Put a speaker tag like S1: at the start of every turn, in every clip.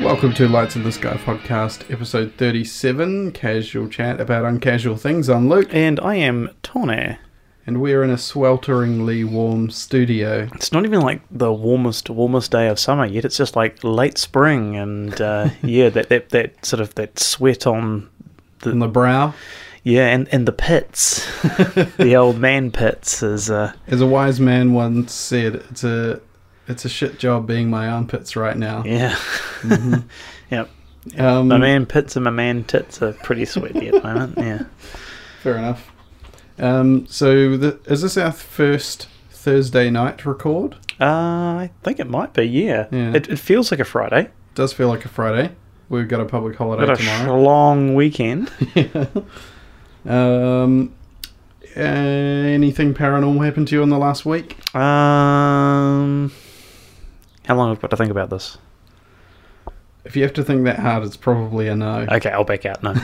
S1: Welcome to Lights in the Sky podcast, episode 37, casual chat about uncasual things. I'm Luke,
S2: And I am Tone.
S1: and we're in a swelteringly warm studio.
S2: It's not even like the warmest, warmest day of summer yet. It's just like late spring, and uh, yeah, that, that that sort of that sweat on
S1: On the brow,
S2: yeah, and and the pits, the old man pits is uh,
S1: as a wise man once said, it's a it's a shit job being my armpits right now.
S2: yeah,
S1: Mm-hmm.
S2: yep.
S1: Um,
S2: My man pits and my man tits are pretty sweaty at the moment. Yeah,
S1: Fair enough. Um, so, the, is this our first Thursday night record?
S2: uh, I think it might be. Yeah,
S1: Yeah.
S2: It, it feels like a Friday,
S1: Does feel like a Friday. We've got a public holiday
S2: but a
S1: tomorrow.
S2: long weekend.
S1: um, anything paranormal happened to you in the last week?
S2: Um, how long have I got to think about this?
S1: If you have to think that hard, it's probably a no.
S2: Okay, I'll back out now.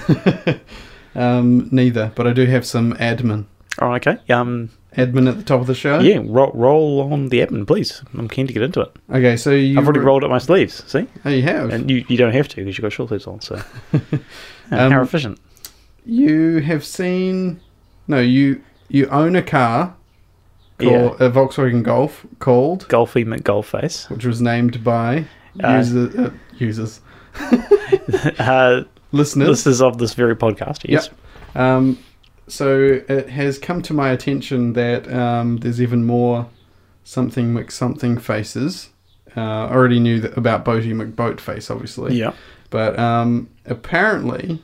S1: um, neither, but I do have some admin.
S2: Oh, okay. Um,
S1: Admin at the top of the show.
S2: yeah, roll, roll on the admin, please. I'm keen to get into it.
S1: Okay, so you
S2: I've already rolled up my sleeves, see?
S1: Oh, you have.
S2: And you, you don't have to because you've got short sleeves on, so. Yeah,
S1: Um,
S2: how efficient.
S1: you have seen. No, you you own a car, called,
S2: Yeah.
S1: a Volkswagen Golf called,
S2: Golfy McGolface.
S1: which was named by
S2: Uh,
S1: user, uh, users
S2: Uh,
S1: listeners.
S2: this is of this very podcast, yes.
S1: Yep. Um, so it has come to my attention that um, there's even more something McSomething faces. Uh, I already knew that about Boaty McBoatface, obviously.
S2: Yeah.
S1: But um, apparently,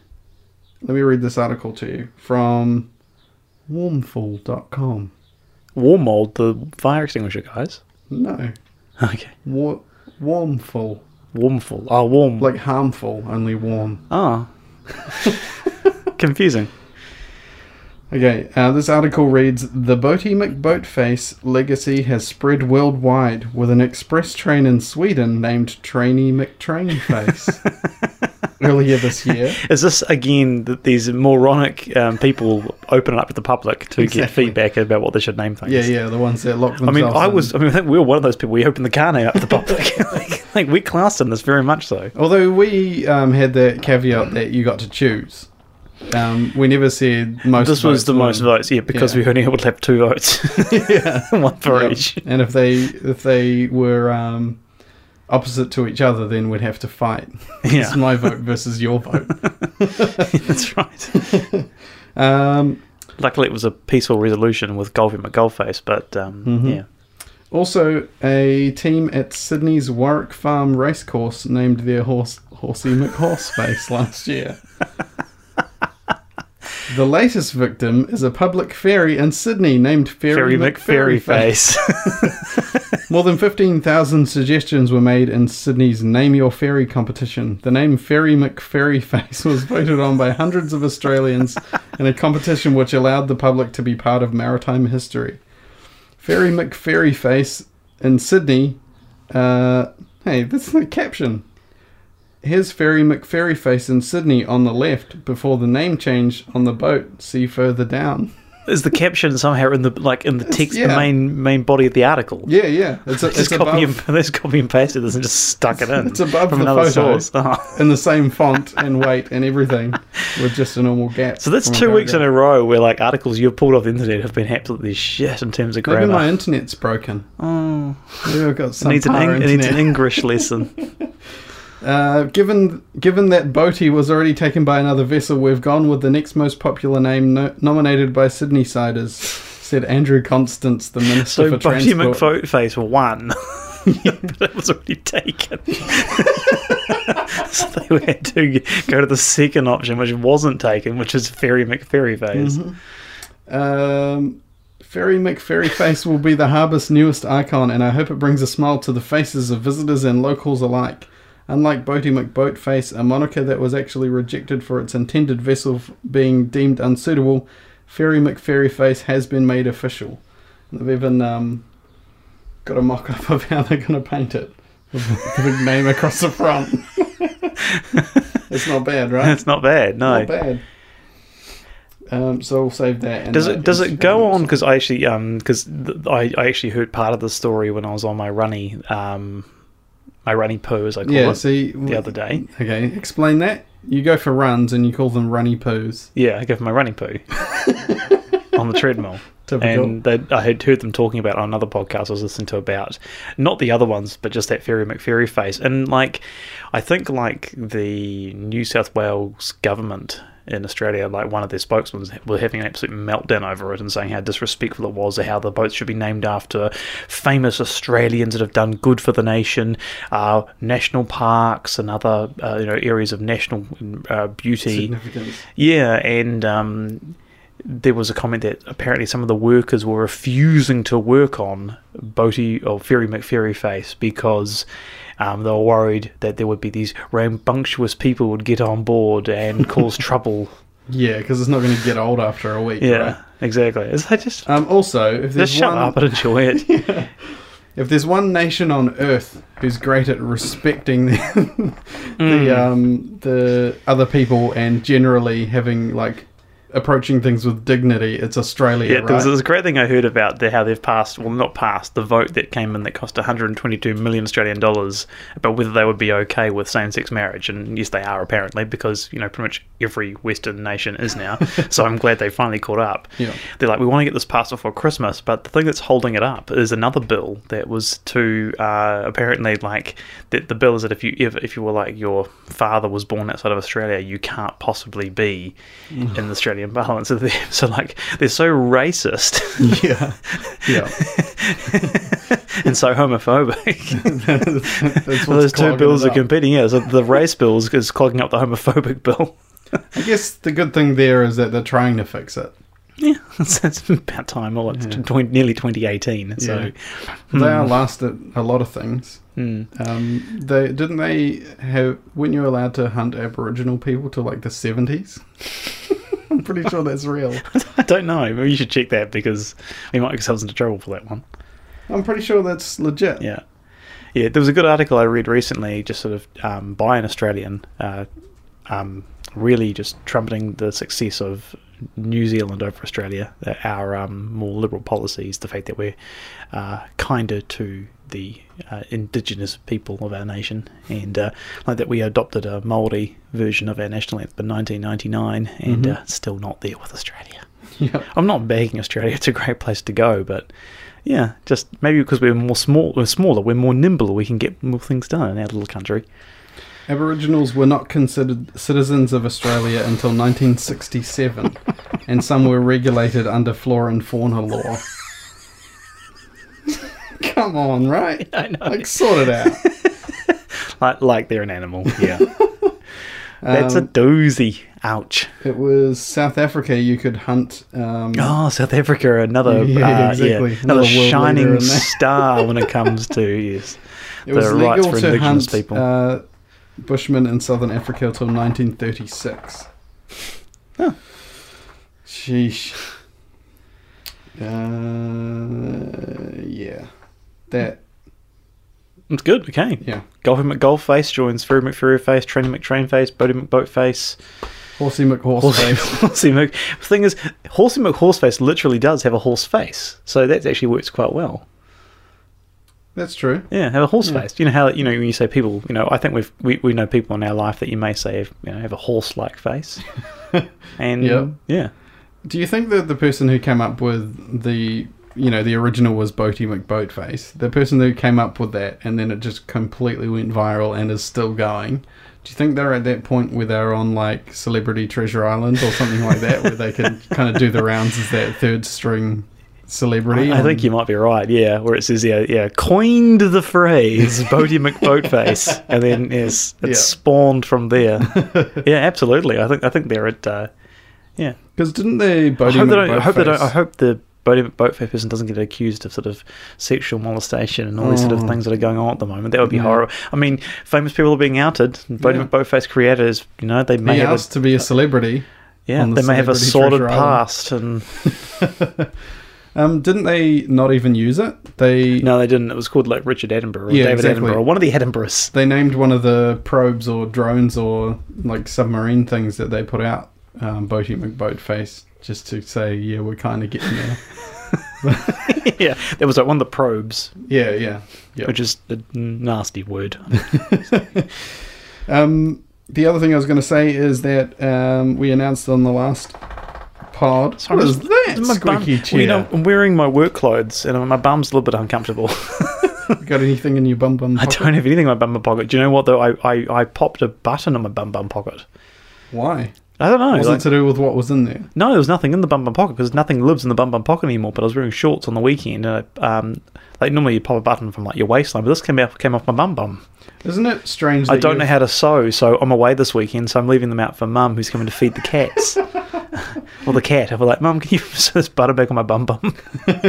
S1: let me read this article to you from warmful.com.
S2: Warm mold, the fire extinguisher, guys.
S1: No,
S2: Okay.
S1: war- warmful.
S2: Warmful. Oh, warm.
S1: Like harmful, only warm.
S2: oh. Confusing.
S1: Okay, uh, this article reads The Boaty McBoatface legacy has spread worldwide with an express train in Sweden named Trainee McTrainface. Earlier this year.
S2: Is this again that these moronic um, people open it up to the public to get
S1: Exactly.
S2: feedback about what they should name things?
S1: Yeah, yeah, the ones that locked
S2: I
S1: themselves
S2: mean, I
S1: in.
S2: was. I mean, I think we were one of those people. We opened the car name up to the public. like, like we classed in this very much so.
S1: Although we um, had that caveat that you got to choose. Um, we never said most
S2: This was
S1: votes
S2: the
S1: won.
S2: most votes, yeah, because
S1: Yeah.
S2: we were only able to have two votes,
S1: yeah.
S2: one for
S1: Yep.
S2: each.
S1: And if they if they were um, opposite to each other, then we'd have to fight.
S2: Yeah,
S1: It's my vote versus your vote.
S2: that's right.
S1: Um,
S2: Luckily, it was a peaceful resolution with Golfy McGoldface, but um, yeah,
S1: Also, a team at Sydney's Warwick Farm Racecourse named their horse Horsey McHorseface last year. The latest victim is a public ferry in Sydney named Ferry,
S2: Ferry
S1: McFerryface.
S2: McFerryface.
S1: More than 15,000 suggestions were made in Sydney's Name Your Ferry competition. The name Ferry McFerryface was voted on by hundreds of Australians in a competition which allowed the public to be part of maritime history. Ferry McFerryface in Sydney. Uh, hey, that's the caption. Here's Ferry McFerryface in Sydney on the left before the name change on the boat. See further down.
S2: Is the caption somehow in the like in the text,
S1: yeah.
S2: the main main body of the article?
S1: Yeah, yeah. It's, a,
S2: Just
S1: it's
S2: copy
S1: above.
S2: and, they just copy and pasted this and just stuck it in.
S1: It's above
S2: from
S1: the
S2: another
S1: photo.
S2: source. Oh.
S1: in the same font and weight and everything with just a normal gap.
S2: So that's
S1: from
S2: two weeks in
S1: paragraph.
S2: a row where like articles you've pulled off the internet have been absolutely shit in terms of grammar.
S1: Maybe my internet's broken.
S2: oh,
S1: Maybe I've got
S2: it
S1: some
S2: needs an,
S1: power
S2: Eng- it needs an
S1: internet.
S2: English lesson.
S1: uh, given given that Boaty was already taken by another vessel, we've gone with the next most popular name no- nominated by Sydney Siders, said Andrew Constance, the Minister
S2: so
S1: for
S2: Budgie
S1: Transport.
S2: McFoatface won, but it was already taken. so they had to go to the second option, which wasn't taken, which is Ferry McFerryface.
S1: Mm-hmm. Um, Ferry McFerryface will be the harbour's newest icon, and I hope it brings a smile to the faces of visitors and locals alike. Unlike Boaty McBoatface, a moniker that was actually rejected for its intended vessel f- being deemed unsuitable, Ferry McFerryface has been made official. And They've even um, got a mock up of how they're going to paint it. With the big name across the front. it's not bad, right?
S2: It's not bad, no.
S1: Not bad. Um, so we'll save that. and
S2: Does
S1: that
S2: it does
S1: is
S2: it go
S1: famous.
S2: on? Because I actually um because th- I I actually heard part of the story when I was on my runny um my runny poo, as I call
S1: yeah,
S2: it,
S1: see
S2: the other day.
S1: Okay, explain that. You go for runs and you call them runny poos.
S2: Yeah, I go for my runny poo on the treadmill.
S1: Typical.
S2: And they, I had heard them talking about it on another podcast I was listening to about not the other ones, but just that Ferry McFerry face. And like, I think like the New South Wales government in Australia, like one of their spokesmen were having an absolute meltdown over it and saying how disrespectful it was, how the boats should be named after famous Australians that have done good for the nation, uh, national parks and other uh, you know areas of national uh, beauty.
S1: Significance.
S2: Yeah, and um, there was a comment that apparently some of the workers were refusing to work on Boaty or Ferry McFerry face because um, they were worried that there would be these rambunctious people would get on board and cause trouble.
S1: Yeah, because it's not going to get old after a week.
S2: Yeah,
S1: right?
S2: exactly. It's like just
S1: Um, also, if there's
S2: just shut
S1: one,
S2: up and enjoy it.
S1: if there's one nation on earth who's great at respecting the,
S2: Hmm.
S1: the um the other people and generally having like approaching things with dignity, it's Australia.
S2: Yeah,
S1: right?
S2: there was this great thing I heard about the, how they've passed, well, not passed, the vote that came in that cost 122 million Australian dollars about whether they would be okay with same sex marriage. And yes, they are, apparently, because, you know, pretty much every Western nation is now. so I'm glad they finally caught up.
S1: Yeah.
S2: They're like, we want to get this passed before Christmas. But the thing that's holding it up is another bill that was to, uh, apparently, like, that the bill is that if you, if, if you were like, your father was born outside of Australia, you can't possibly be in the Australian Parliament. So, they're, so like, they're so racist.
S1: yeah, yeah.
S2: and so homophobic.
S1: That's
S2: Well,
S1: what's
S2: those two
S1: clogging
S2: bills
S1: it
S2: are
S1: up.
S2: competing. Yeah, so the race bill is- is clogging up the homophobic bill.
S1: I guess the good thing there is that they're trying to fix it.
S2: Yeah, so it's about time. Well, it's twen- nearly 2018. So Hmm.
S1: They are last at a lot of things.
S2: mm.
S1: Um, they didn't they have when you were allowed to hunt Aboriginal people till like the seventies. I'm pretty sure that's real.
S2: I don't know. Maybe you should check that because we might get ourselves into trouble for that one.
S1: I'm pretty sure that's legit.
S2: Yeah. Yeah, there was a good article I read recently, just sort of um, by an Australian, uh, um, really just trumpeting the success of New Zealand over Australia, uh, our um, more liberal policies, the fact that we're uh, kinder to the uh, indigenous people of our nation, and uh, like that we adopted a Maori version of our national anthem in 1999, and uh, still not there with Australia.
S1: Yeah.
S2: I'm not begging Australia; it's a great place to go, but yeah, just maybe because we're more small, we're smaller, we're more nimble, we can get more things done in our little country.
S1: Aboriginals were not considered citizens of Australia until 1967, and some were regulated under flora and fauna law. Come on, right?
S2: I know,
S1: Like, sort it out.
S2: like, like they're an animal. Yeah, that's a
S1: Um,
S2: doozy. Ouch.
S1: It was South Africa. You could hunt. Um,
S2: Oh, South Africa, another
S1: Yeah,
S2: uh, yeah,
S1: exactly. Another
S2: another
S1: world leader
S2: shining
S1: in that.
S2: star when it comes to yes,
S1: it was
S2: the rights
S1: legal
S2: for
S1: to
S2: indigenous
S1: hunt
S2: people.
S1: Uh, Bushmen in Southern Africa till 1936.
S2: Huh.
S1: Sheesh. Uh, yeah. That.
S2: it's good. Okay,
S1: Yeah.
S2: Golfy McGoldface joins Fury McFuryface, Trainee McTrainface, Bodie McBoatface,
S1: Horsey McHorseface.
S2: Horsey Mc. The thing is, Horsey McHorseface literally does have a horse face, so that actually works quite well.
S1: That's true.
S2: Yeah, have a horse
S1: Yeah.
S2: face. You know how you know when you say people. You know, I think we've we, we know people in our life that you may say have, you know have a horse like face, and
S1: Yep.
S2: yeah,
S1: Do you think that the person who came up with the. You know, the original was Boaty McBoatface. The person who came up with that and then it just completely went viral and is still going. Do you think they're at that point where they're on like Celebrity Treasure Island or something like that, where they can kind of do the rounds as that third string celebrity?
S2: I, I think you might be right. Yeah, where it says yeah yeah coined the phrase Bodie McBoatface, and then yes, it's
S1: Yeah.
S2: spawned from there. yeah, absolutely. I think I think they're at uh, yeah.
S1: because didn't they
S2: I
S1: Boaty
S2: hope, they don't, I
S1: McBoatface?
S2: hope they don't. I hope the Bodie McBoatface person doesn't get accused of sort of sexual molestation and all these sort of
S1: Oh.
S2: things that are going on at the moment. That would be
S1: Yeah.
S2: horrible. I mean, famous people are being outed. Bodie
S1: Yeah.
S2: McBoatface creators, you know, they may
S1: he
S2: have
S1: asked
S2: a,
S1: to be a celebrity.
S2: yeah,
S1: on the
S2: they may have a
S1: Celebrity
S2: sordid
S1: Treasure Island.
S2: past, and
S1: Um, didn't they not even use it? They
S2: no, they didn't. It was called like Richard Edinburgh or
S1: Yeah,
S2: David
S1: exactly.
S2: Edinburgh, or one of the Edinburghs.
S1: they named one of the probes or drones or like submarine things that they put out um, Boaty McBoatface just to say, yeah, we're kind of getting there.
S2: yeah, there was that one, the probes,
S1: yeah, yeah, yeah.
S2: which is a nasty word.
S1: Um, the other thing I was going to say is that um, we announced on the last pod.
S2: Sorry,
S1: what is
S2: my-
S1: that?
S2: my bum-
S1: squeaky
S2: Well, you
S1: chair.
S2: know, I'm wearing my work clothes and my bum's a little bit uncomfortable.
S1: Got anything in your bum bum?
S2: I
S1: pocket?
S2: don't have anything in my bum bum pocket. Do you know what though? I, I, I popped a button on my bum bum pocket.
S1: Why?
S2: I don't know.
S1: Was
S2: like-
S1: it to do with what was in there?
S2: no, there was nothing in the bum bum pocket because nothing lives in the bum bum pocket anymore. But I was wearing shorts on the weekend, and I, um, like normally you pop a button from like your waistline, but this came out came off my bum bum.
S1: Isn't it strange? That
S2: I don't
S1: you-
S2: know how to sew, so I'm away this weekend, so I'm leaving them out for mum who's coming to feed the cats. or the cat. I was like, mum, can you sew this butter back on my bum bum?
S1: Isn't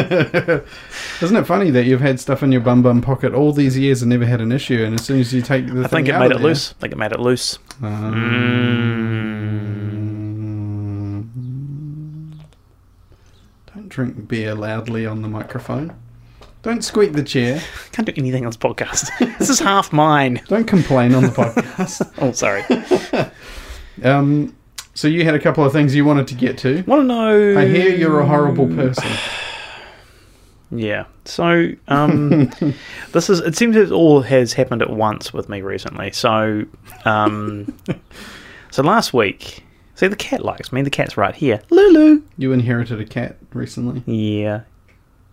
S1: it funny that you've had stuff in your bum bum pocket all these years and never had an issue, and as soon as you take the
S2: I think it made it loose. Mm. I think it made it loose.
S1: Uh, Hmm. Um, Mm. Don't drink beer loudly on the microphone. Don't squeak the chair.
S2: Can't do anything on this podcast. this is half mine.
S1: Don't complain on the podcast.
S2: Oh, sorry.
S1: Um, so you had a couple of things you wanted to get to.
S2: Want to know?
S1: I hear you're a horrible
S2: Mm.
S1: person.
S2: Yeah. So um, this is. It seems it all has happened at once with me recently. So, um, so last week. See, the cat likes me. The cat's right here. Lulu.
S1: You inherited a cat recently.
S2: Yeah.
S1: If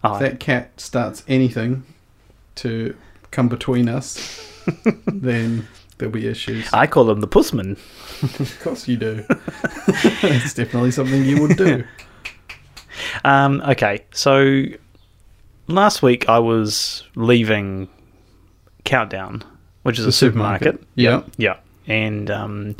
S2: Oh,
S1: that cat starts anything to come between us, then there'll be issues.
S2: I call him the pussman.
S1: Of course you do. It's definitely something you would do.
S2: Um, okay, so last week I was leaving Countdown, which is a supermarket.
S1: Yeah.
S2: Yeah. And um,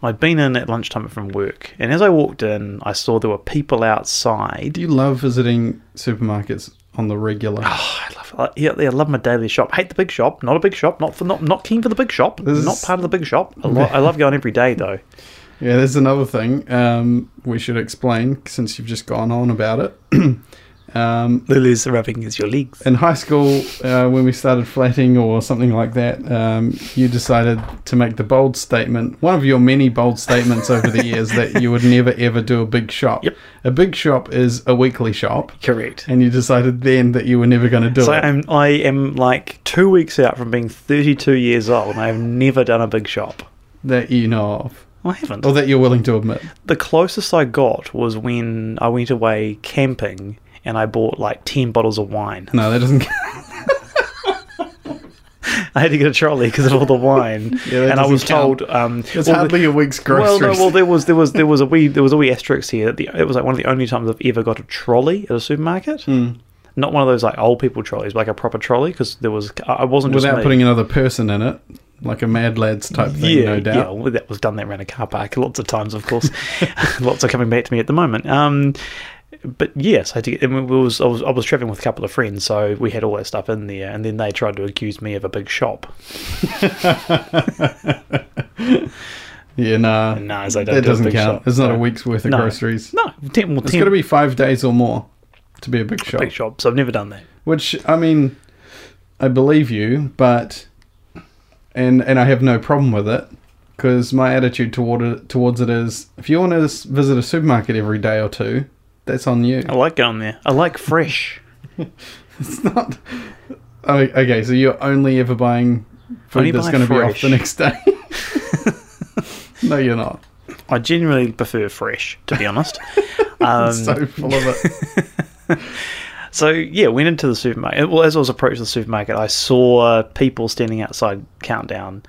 S2: I'd been in at lunchtime from work. And as I walked in, I saw there were people outside.
S1: Do you love visiting supermarkets on the regular?
S2: Oh, I love, I, yeah, I love my daily shop. Hate the big shop. Not a big shop. Not for not not keen for the big shop.
S1: This is-
S2: not part of the big shop. I, lo- I love going every day though.
S1: Yeah, there's another thing um, we should explain since you've just gone on about it. um,
S2: Lily's rubbing is your legs.
S1: in high school, uh, when we started flatting or something like that, um, you decided to make the bold statement, one of your many bold statements over the years, that you would never ever do a big shop.
S2: Yep.
S1: A big shop is a weekly shop,
S2: Correct.
S1: and you decided then that you were never going to do
S2: So
S1: it.
S2: I'm I am like two weeks out from being 32 years old, and I have never done a big shop.
S1: that you know of,
S2: I haven't.
S1: or that you're willing to admit.
S2: The closest I got was when I went away camping and I bought like 10 bottles of wine.
S1: No, that doesn't.
S2: I had to get a trolley because of all the wine,
S1: Yeah, that
S2: and I
S1: doesn't
S2: was
S1: count.
S2: told um,
S1: It's
S2: well,
S1: hardly a week's
S2: the- well,
S1: groceries.
S2: no, well, there was there was there was a wee there was a wee asterisk here. That the, it was like one of the only times I've ever got a trolley at a supermarket.
S1: Hmm.
S2: Not one of those like old people trolleys, but like a proper trolley, because there was I I wasn't just
S1: Without
S2: me.
S1: putting another person in it, like a Mad Lads type thing,
S2: yeah,
S1: no doubt.
S2: yeah, well, that was done that around a car park lots of times, of course. lots are coming back to me at the moment. Um, but yes, I had to get. And we was, I was I was traveling with a couple of friends, so we had all that stuff in there, and then they tried to accuse me of a big shop.
S1: Yeah, nah.
S2: And nah, so I don't
S1: that
S2: do a
S1: doesn't
S2: big
S1: count.
S2: shop,
S1: It's not
S2: so-
S1: a week's worth of
S2: No.
S1: groceries.
S2: No, ten, well,
S1: It's
S2: ten,
S1: got to be five days or more to be a big shop.
S2: big shops. I've never done that.
S1: Which, I mean, I believe you, but. And, and I have no problem with it because my attitude toward it, towards it is if you want to s- visit a supermarket every day or two, that's on you.
S2: I like going there. I like fresh.
S1: It's not. Oh, okay, so you're only ever buying food
S2: Only
S1: that's
S2: buy
S1: going to be off
S2: fresh.
S1: the next day. no, you're not.
S2: I generally prefer fresh, to be honest. Um,
S1: so full of it.
S2: So yeah, went into the supermarket. Well, as I was approaching the supermarket, I saw people standing outside Countdown,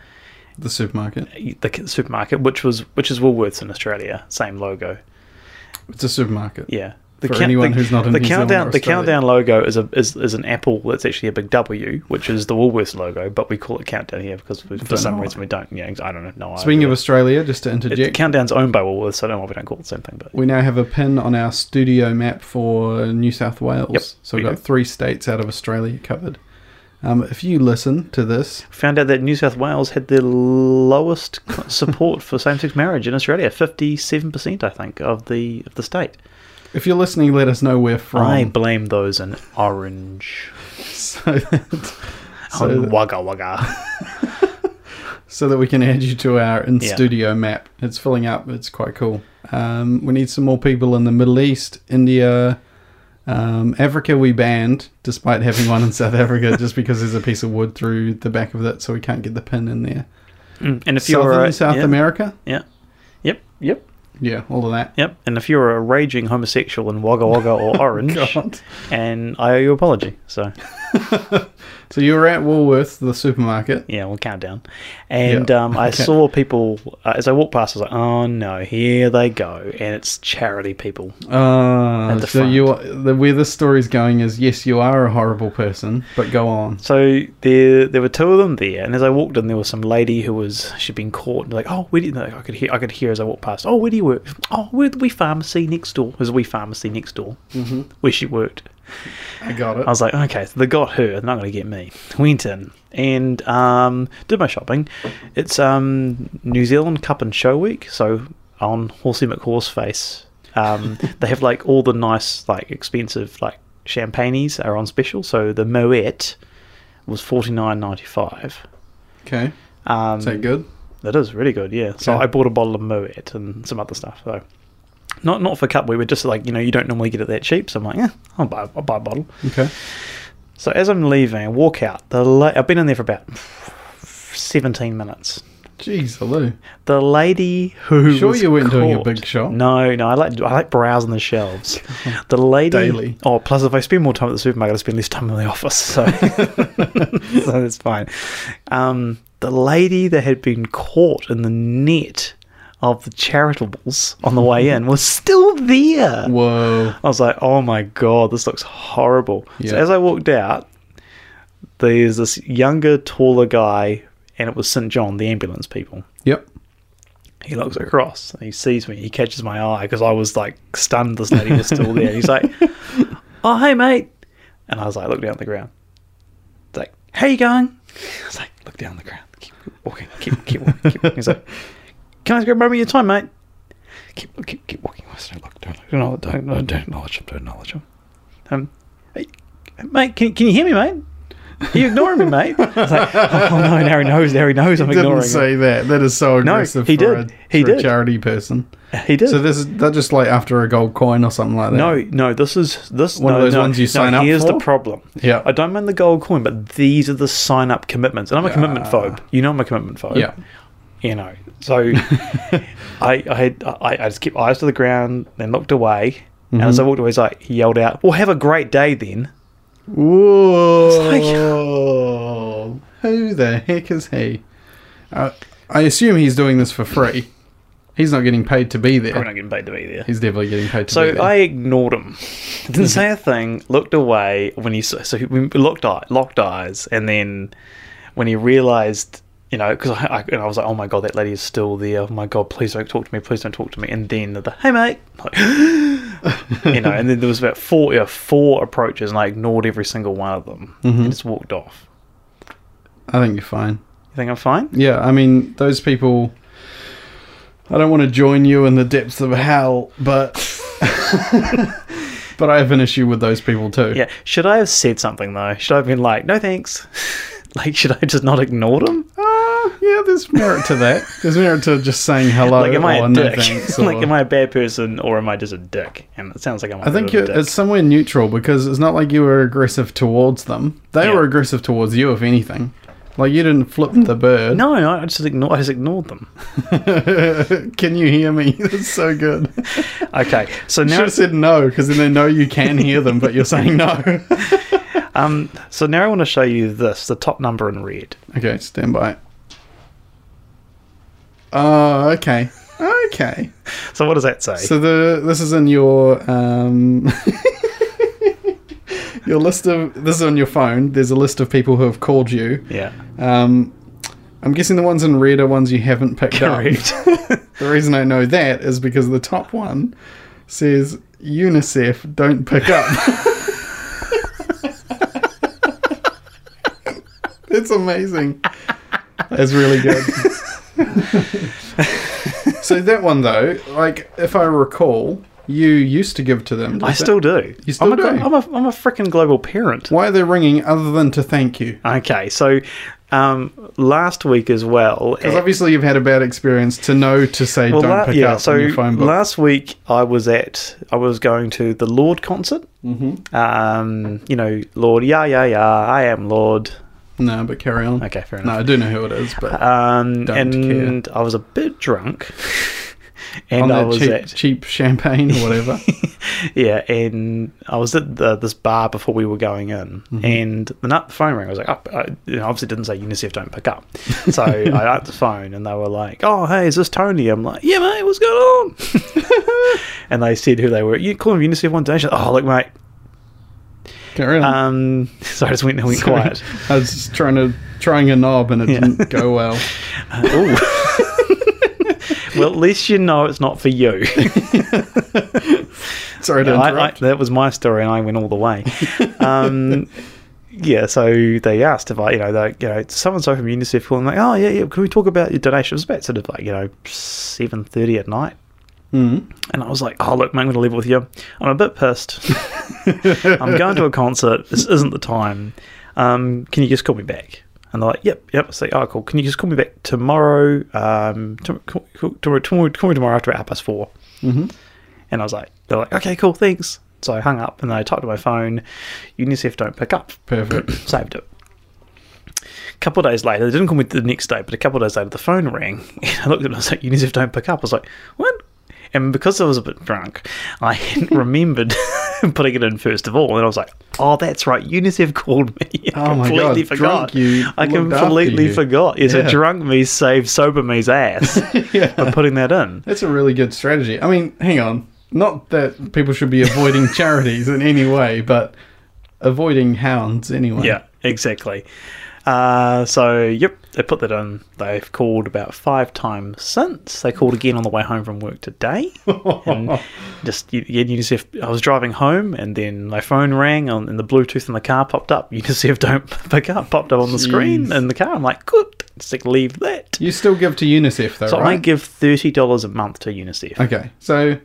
S1: The supermarket.
S2: the k- supermarket, which was which is Woolworths in Australia, same logo.
S1: It's a supermarket.
S2: Yeah. The
S1: For anyone who's not in
S2: the
S1: New Zealand or
S2: countdown, the
S1: Australia.
S2: countdown logo is a is, is an apple that's actually a big W, which is the Woolworths logo, but we call it countdown here because we, for
S1: don't
S2: some
S1: know
S2: reason we don't. Yeah, I don't know. No
S1: Speaking
S2: idea.
S1: of Australia, just to
S2: It- the
S1: interject,
S2: countdown's owned by Woolworths, so I don't know why we don't call it the same thing. But
S1: we now have a pin on our studio map for New South Wales.
S2: Yep,
S1: so we've
S2: we
S1: got
S2: do.
S1: three states out of Australia covered. Um, if you listen to this,
S2: found out that New South Wales had the lowest support for same-sex marriage in Australia, fifty-seven percent, I think, of the of the state.
S1: if you're listening, let us know where from.
S2: I blame those in orange,
S1: so, that, so
S2: on
S1: that-
S2: wagga wagga.
S1: so that we can add you to our in
S2: Yeah.
S1: studio map. It's filling up. It's quite cool. Um, we need some more people in the Middle East, India, Um, Africa we banned, despite having one in South Africa, just because there's a piece of wood through the back of it, so we can't get the pin in there.
S2: Mm, And if
S1: Southern
S2: you're a,
S1: South
S2: yeah,
S1: America,
S2: yeah, yep, yep,
S1: yeah, all of that.
S2: yep, and if you're a raging homosexual in Wagga Wagga or Orange,
S1: God.
S2: and I owe you an apology. So
S1: So you were at Woolworths, the supermarket.
S2: yeah, we'll count down. And
S1: Yeah,
S2: um, I
S1: okay.
S2: saw people uh, as I walked past. I was like, oh no, here they go, and it's charity people.
S1: Uh,
S2: At the
S1: so you, are- the, where this story's going is, yes, you are a horrible person, but go on.
S2: So there, there were two of them there, and as I walked in, there was some lady who was she'd been caught. And like, oh, where do you, like, I could hear, I could hear as I walked past. Oh, where do you work? Oh, we're the wee pharmacy next door. It was a wee pharmacy next door where she worked.
S1: I got it.
S2: I was like, okay, so they got her. They're not going to get me. Went in and um, did my shopping. It's um, New Zealand Cup and Show Week, so on Horsey McHorseface, um, they have like all the nice, like expensive, like champagnes are on special. So the Moet was forty nine ninety five.
S1: Okay,
S2: Um,
S1: is that good?
S2: that is really good, yeah. So
S1: Okay.
S2: I bought a bottle of Moet and some other stuff. So not not for cup. We were just like you know you don't normally get it that cheap. So I'm like, yeah, I'll buy I'll buy a bottle.
S1: Okay,
S2: So as I'm leaving, I walk out. The la- I've been in there for about 17 minutes.
S1: jeez, hello.
S2: The lady who
S1: Sure
S2: was
S1: you weren't doing a
S2: caught-
S1: big shop?
S2: No, no, I like I like browsing the shelves. The lady
S1: Daily.
S2: Oh, plus if I spend more time at the supermarket, I spend less time in the office, so so that's fine. Um, the lady that had been caught in the net of the charitables on the way in was still there.
S1: Whoa.
S2: I was like, oh my god, this looks horrible.
S1: Yeah.
S2: So as I walked out, there's this younger, taller guy, and it was St. John, the ambulance people.
S1: Yep.
S2: He looks across and he sees me. He catches my eye because I was like stunned this lady was still there. He's like, oh, hey, mate. And I was like, look down at the ground. He's like, how you going? I was like, look down the ground. Keep walking. Keep, keep walking. Keep walking. He's like, can I just grab remember your time, mate? Keep, keep, keep walking. I said, look, don't, look, don't, don't, don't, don't acknowledge him. Don't acknowledge him. Um, hey, mate, can, can you hear me, mate? Are you ignoring me, mate? I was like, oh, no, now he knows. Now he knows I'm ignoring
S1: Didn't
S2: him.
S1: say that. That is so
S2: No,
S1: aggressive
S2: he
S1: for,
S2: did.
S1: A,
S2: He
S1: for a
S2: did.
S1: charity person.
S2: He did.
S1: So this is that just like after a gold coin or something like that.
S2: No, no, this is this
S1: One
S2: no,
S1: of those
S2: no,
S1: ones you
S2: no,
S1: sign up
S2: Here's the
S1: for?
S2: problem.
S1: Yeah.
S2: I don't mind the gold coin, but these are the sign up commitments. And I'm a commitment
S1: Yeah.
S2: phobe. You know I'm a commitment phobe.
S1: Yeah.
S2: You know. So I I had I, I just kept eyes to the ground, then looked away. And as I
S1: Mhm.
S2: walked away, he's like he yelled out, Well have a great day then.
S1: Whoa! Who the heck is he? Uh, I assume he's doing this for free. He's not getting paid to be
S2: Probably
S1: there.
S2: not getting paid to be there.
S1: He's definitely getting paid to be
S2: So
S1: there. Mhm.
S2: I ignored him. Didn't say a thing. Looked away when he so so he we locked eye, locked eyes, and then when he realised, you know, because I, I and I was like, oh my god, that lady is still there. Oh my god, please don't talk to me. Please don't talk to me. And then the hey mate, like, you know, and then there was about four yeah, four approaches, and I ignored every single one of them
S1: Mm-hmm.
S2: and just walked off.
S1: I think you're fine.
S2: You think I'm fine?
S1: Yeah, I mean those people. I don't want to join you in the depths of hell, but but I have an issue with those people too.
S2: Yeah. Should I have said something though? Should I have been like, no thanks? like, should I just not ignored him?
S1: Uh, yeah, there's merit to that. There's merit to just saying hello
S2: like, am I
S1: or
S2: a
S1: no
S2: dick?
S1: thanks.
S2: like,
S1: or-
S2: am I a bad person or am I just a dick? And it sounds like I'm. a
S1: I think
S2: bit of
S1: you're,
S2: a dick.
S1: it's somewhere neutral because it's not like you were aggressive towards them. They
S2: Yeah.
S1: were aggressive towards you, if anything. Like you didn't flip the bird.
S2: No, no, I just ignored. I just ignored them.
S1: can you hear me? That's so good.
S2: Okay, so
S1: You should
S2: now,
S1: have said no because then they know you can hear them, but you're saying no.
S2: um, so now I want to show you this, the top number in red.
S1: okay, stand by. Oh, okay, okay.
S2: So what does that say?
S1: So the this is in your um, your list of this is on your phone. There's a list of people who have called you.
S2: yeah,
S1: Um, I'm guessing the ones in red are ones you haven't picked
S2: correct.
S1: up. The reason I know that is because the top one says UNICEF don't pick up. That's amazing. That's really good. so that one though, like if I recall, you used to give to them.
S2: I still do.
S1: You still
S2: I'm a, glo-
S1: do?
S2: I'm a, I'm a freaking global parent.
S1: Why are they ringing other than to thank you?
S2: Okay, so Um, last week as well.
S1: Because
S2: at-
S1: obviously you've had a bad experience to know to say
S2: well,
S1: don't
S2: la-
S1: pick
S2: yeah.
S1: up
S2: So
S1: on your phone book.
S2: last week I was at I was going to the Lord concert. Mm-hmm. Um, you know, Lord, yeah, yeah, yeah. I am Lord.
S1: no, but carry on.
S2: Okay, fair enough.
S1: No, I do know who it is, but
S2: Um,
S1: Don't
S2: and I was a bit drunk,
S1: on
S2: and I
S1: that
S2: was
S1: cheap,
S2: at
S1: cheap champagne or whatever.
S2: yeah, and I was at the, this bar before we were going in, and the, nut- the phone rang. I was like, oh, I you know, obviously didn't say UNICEF don't pick up, so I answered the phone, and they were like, oh hey, is this Tony? I'm like, yeah mate, what's going on? and they said who they were. You call them UNICEF One Day? She's like, oh look mate,
S1: carry on.
S2: um, so I just went, went
S1: Sorry.
S2: quiet.
S1: I was just trying to trying a knob and it
S2: Yeah.
S1: didn't go well.
S2: Ooh. well, at least you know it's not for you.
S1: Sorry to
S2: Yeah, I- I-
S1: interrupt.
S2: that was my story, and I went all the way. Um, yeah, so they asked if I, you know, they, you know, someone so from UNICEF, and I'm like, oh yeah, yeah, can we talk about your donation? It was about sort of like you know seven thirty at night,
S1: Mhm.
S2: and I was like, oh look, mate, I'm going to live with you. I'm a bit pissed. I'm going to a concert. This isn't the time. Um, can you just call me back? And they're like, yep, yep. I say, oh, cool. Can you just call me back tomorrow? Um, tom- call- call- tomorrow, tomorrow, call me tomorrow after half past 4 Mm-hmm. And I was like, they're like, okay, cool, thanks. So I hung up and I typed on my phone, UNICEF don't pick up.
S1: Perfect.
S2: Saved it. A couple of days later, they didn't call me the next day, but a couple of days later, the phone rang. And I looked at it and I was like, UNICEF don't pick up. I was like, what? And because I was a bit drunk, I hadn't remembered putting it in first of all. And I was like, oh, that's right, UNICEF called me. I
S1: Oh my God,
S2: completely forgot.
S1: drunk you
S2: I
S1: looked after
S2: completely
S1: you.
S2: forgot. Yeah, so
S1: Yeah.
S2: drunk me saved sober me's ass by putting that in.
S1: That's a really good strategy. I mean, hang on. Not that people should be avoiding charities in any way, but avoiding hounds anyway.
S2: Yeah, exactly. Uh, so, yep, they put that in. They've called about five times since. They called again on the way home from work today. and just U- yeah, UNICEF, I was driving home and then my phone rang on, and the Bluetooth in the car popped up. UNICEF don't pick up, popped up on the screen
S1: Jeez.
S2: in the car. I'm like, good, sick, leave that.
S1: You still give to UNICEF though,
S2: So I
S1: right?
S2: give $30 a month to UNICEF.
S1: okay. So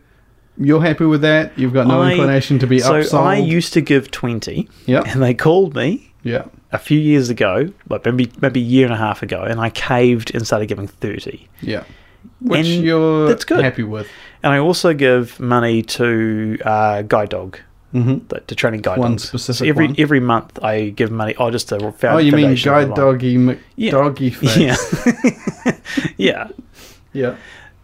S1: you're happy with that? You've got no
S2: I-
S1: inclination to be
S2: So
S1: upsold.
S2: I used to give 20
S1: Yep.
S2: and they called me
S1: yeah.
S2: a few years ago, like maybe maybe a year and a half ago, and I caved and started giving thirty.
S1: Yeah. Which
S2: And
S1: you're
S2: that's good.
S1: happy with.
S2: And I also give money to uh, guide dog,
S1: Mhm.
S2: the, to training guide
S1: One
S2: dogs.
S1: specific
S2: every
S1: one.
S2: every month I give money. Oh, just to found,
S1: Oh, you mean
S2: foundation
S1: guide
S2: online.
S1: doggy
S2: Yeah.
S1: McDoggy face?
S2: Yeah, yeah.
S1: yeah.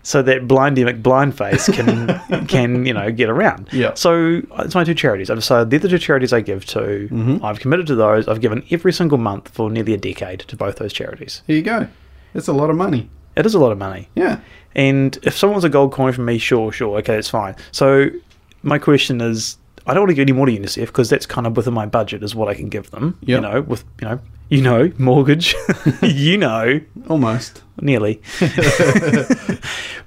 S2: So that blindy Mcblindface can can you know get around.
S1: Yeah.
S2: So uh, it's my two charities. I've decided the other two charities I give to.
S1: Mm-hmm.
S2: I've committed to those. I've given every single month for nearly a decade to both those charities.
S1: Here you go. It's a lot of money.
S2: It is a lot of money.
S1: Yeah.
S2: And if someone's a gold coin from me, sure, sure, okay, it's fine. So my question is, I don't want to give any more to UNICEF because that's kind of within my budget, is what I can give them.
S1: Yep.
S2: You know, with you know, you know, mortgage, you know,
S1: Almost.
S2: nearly.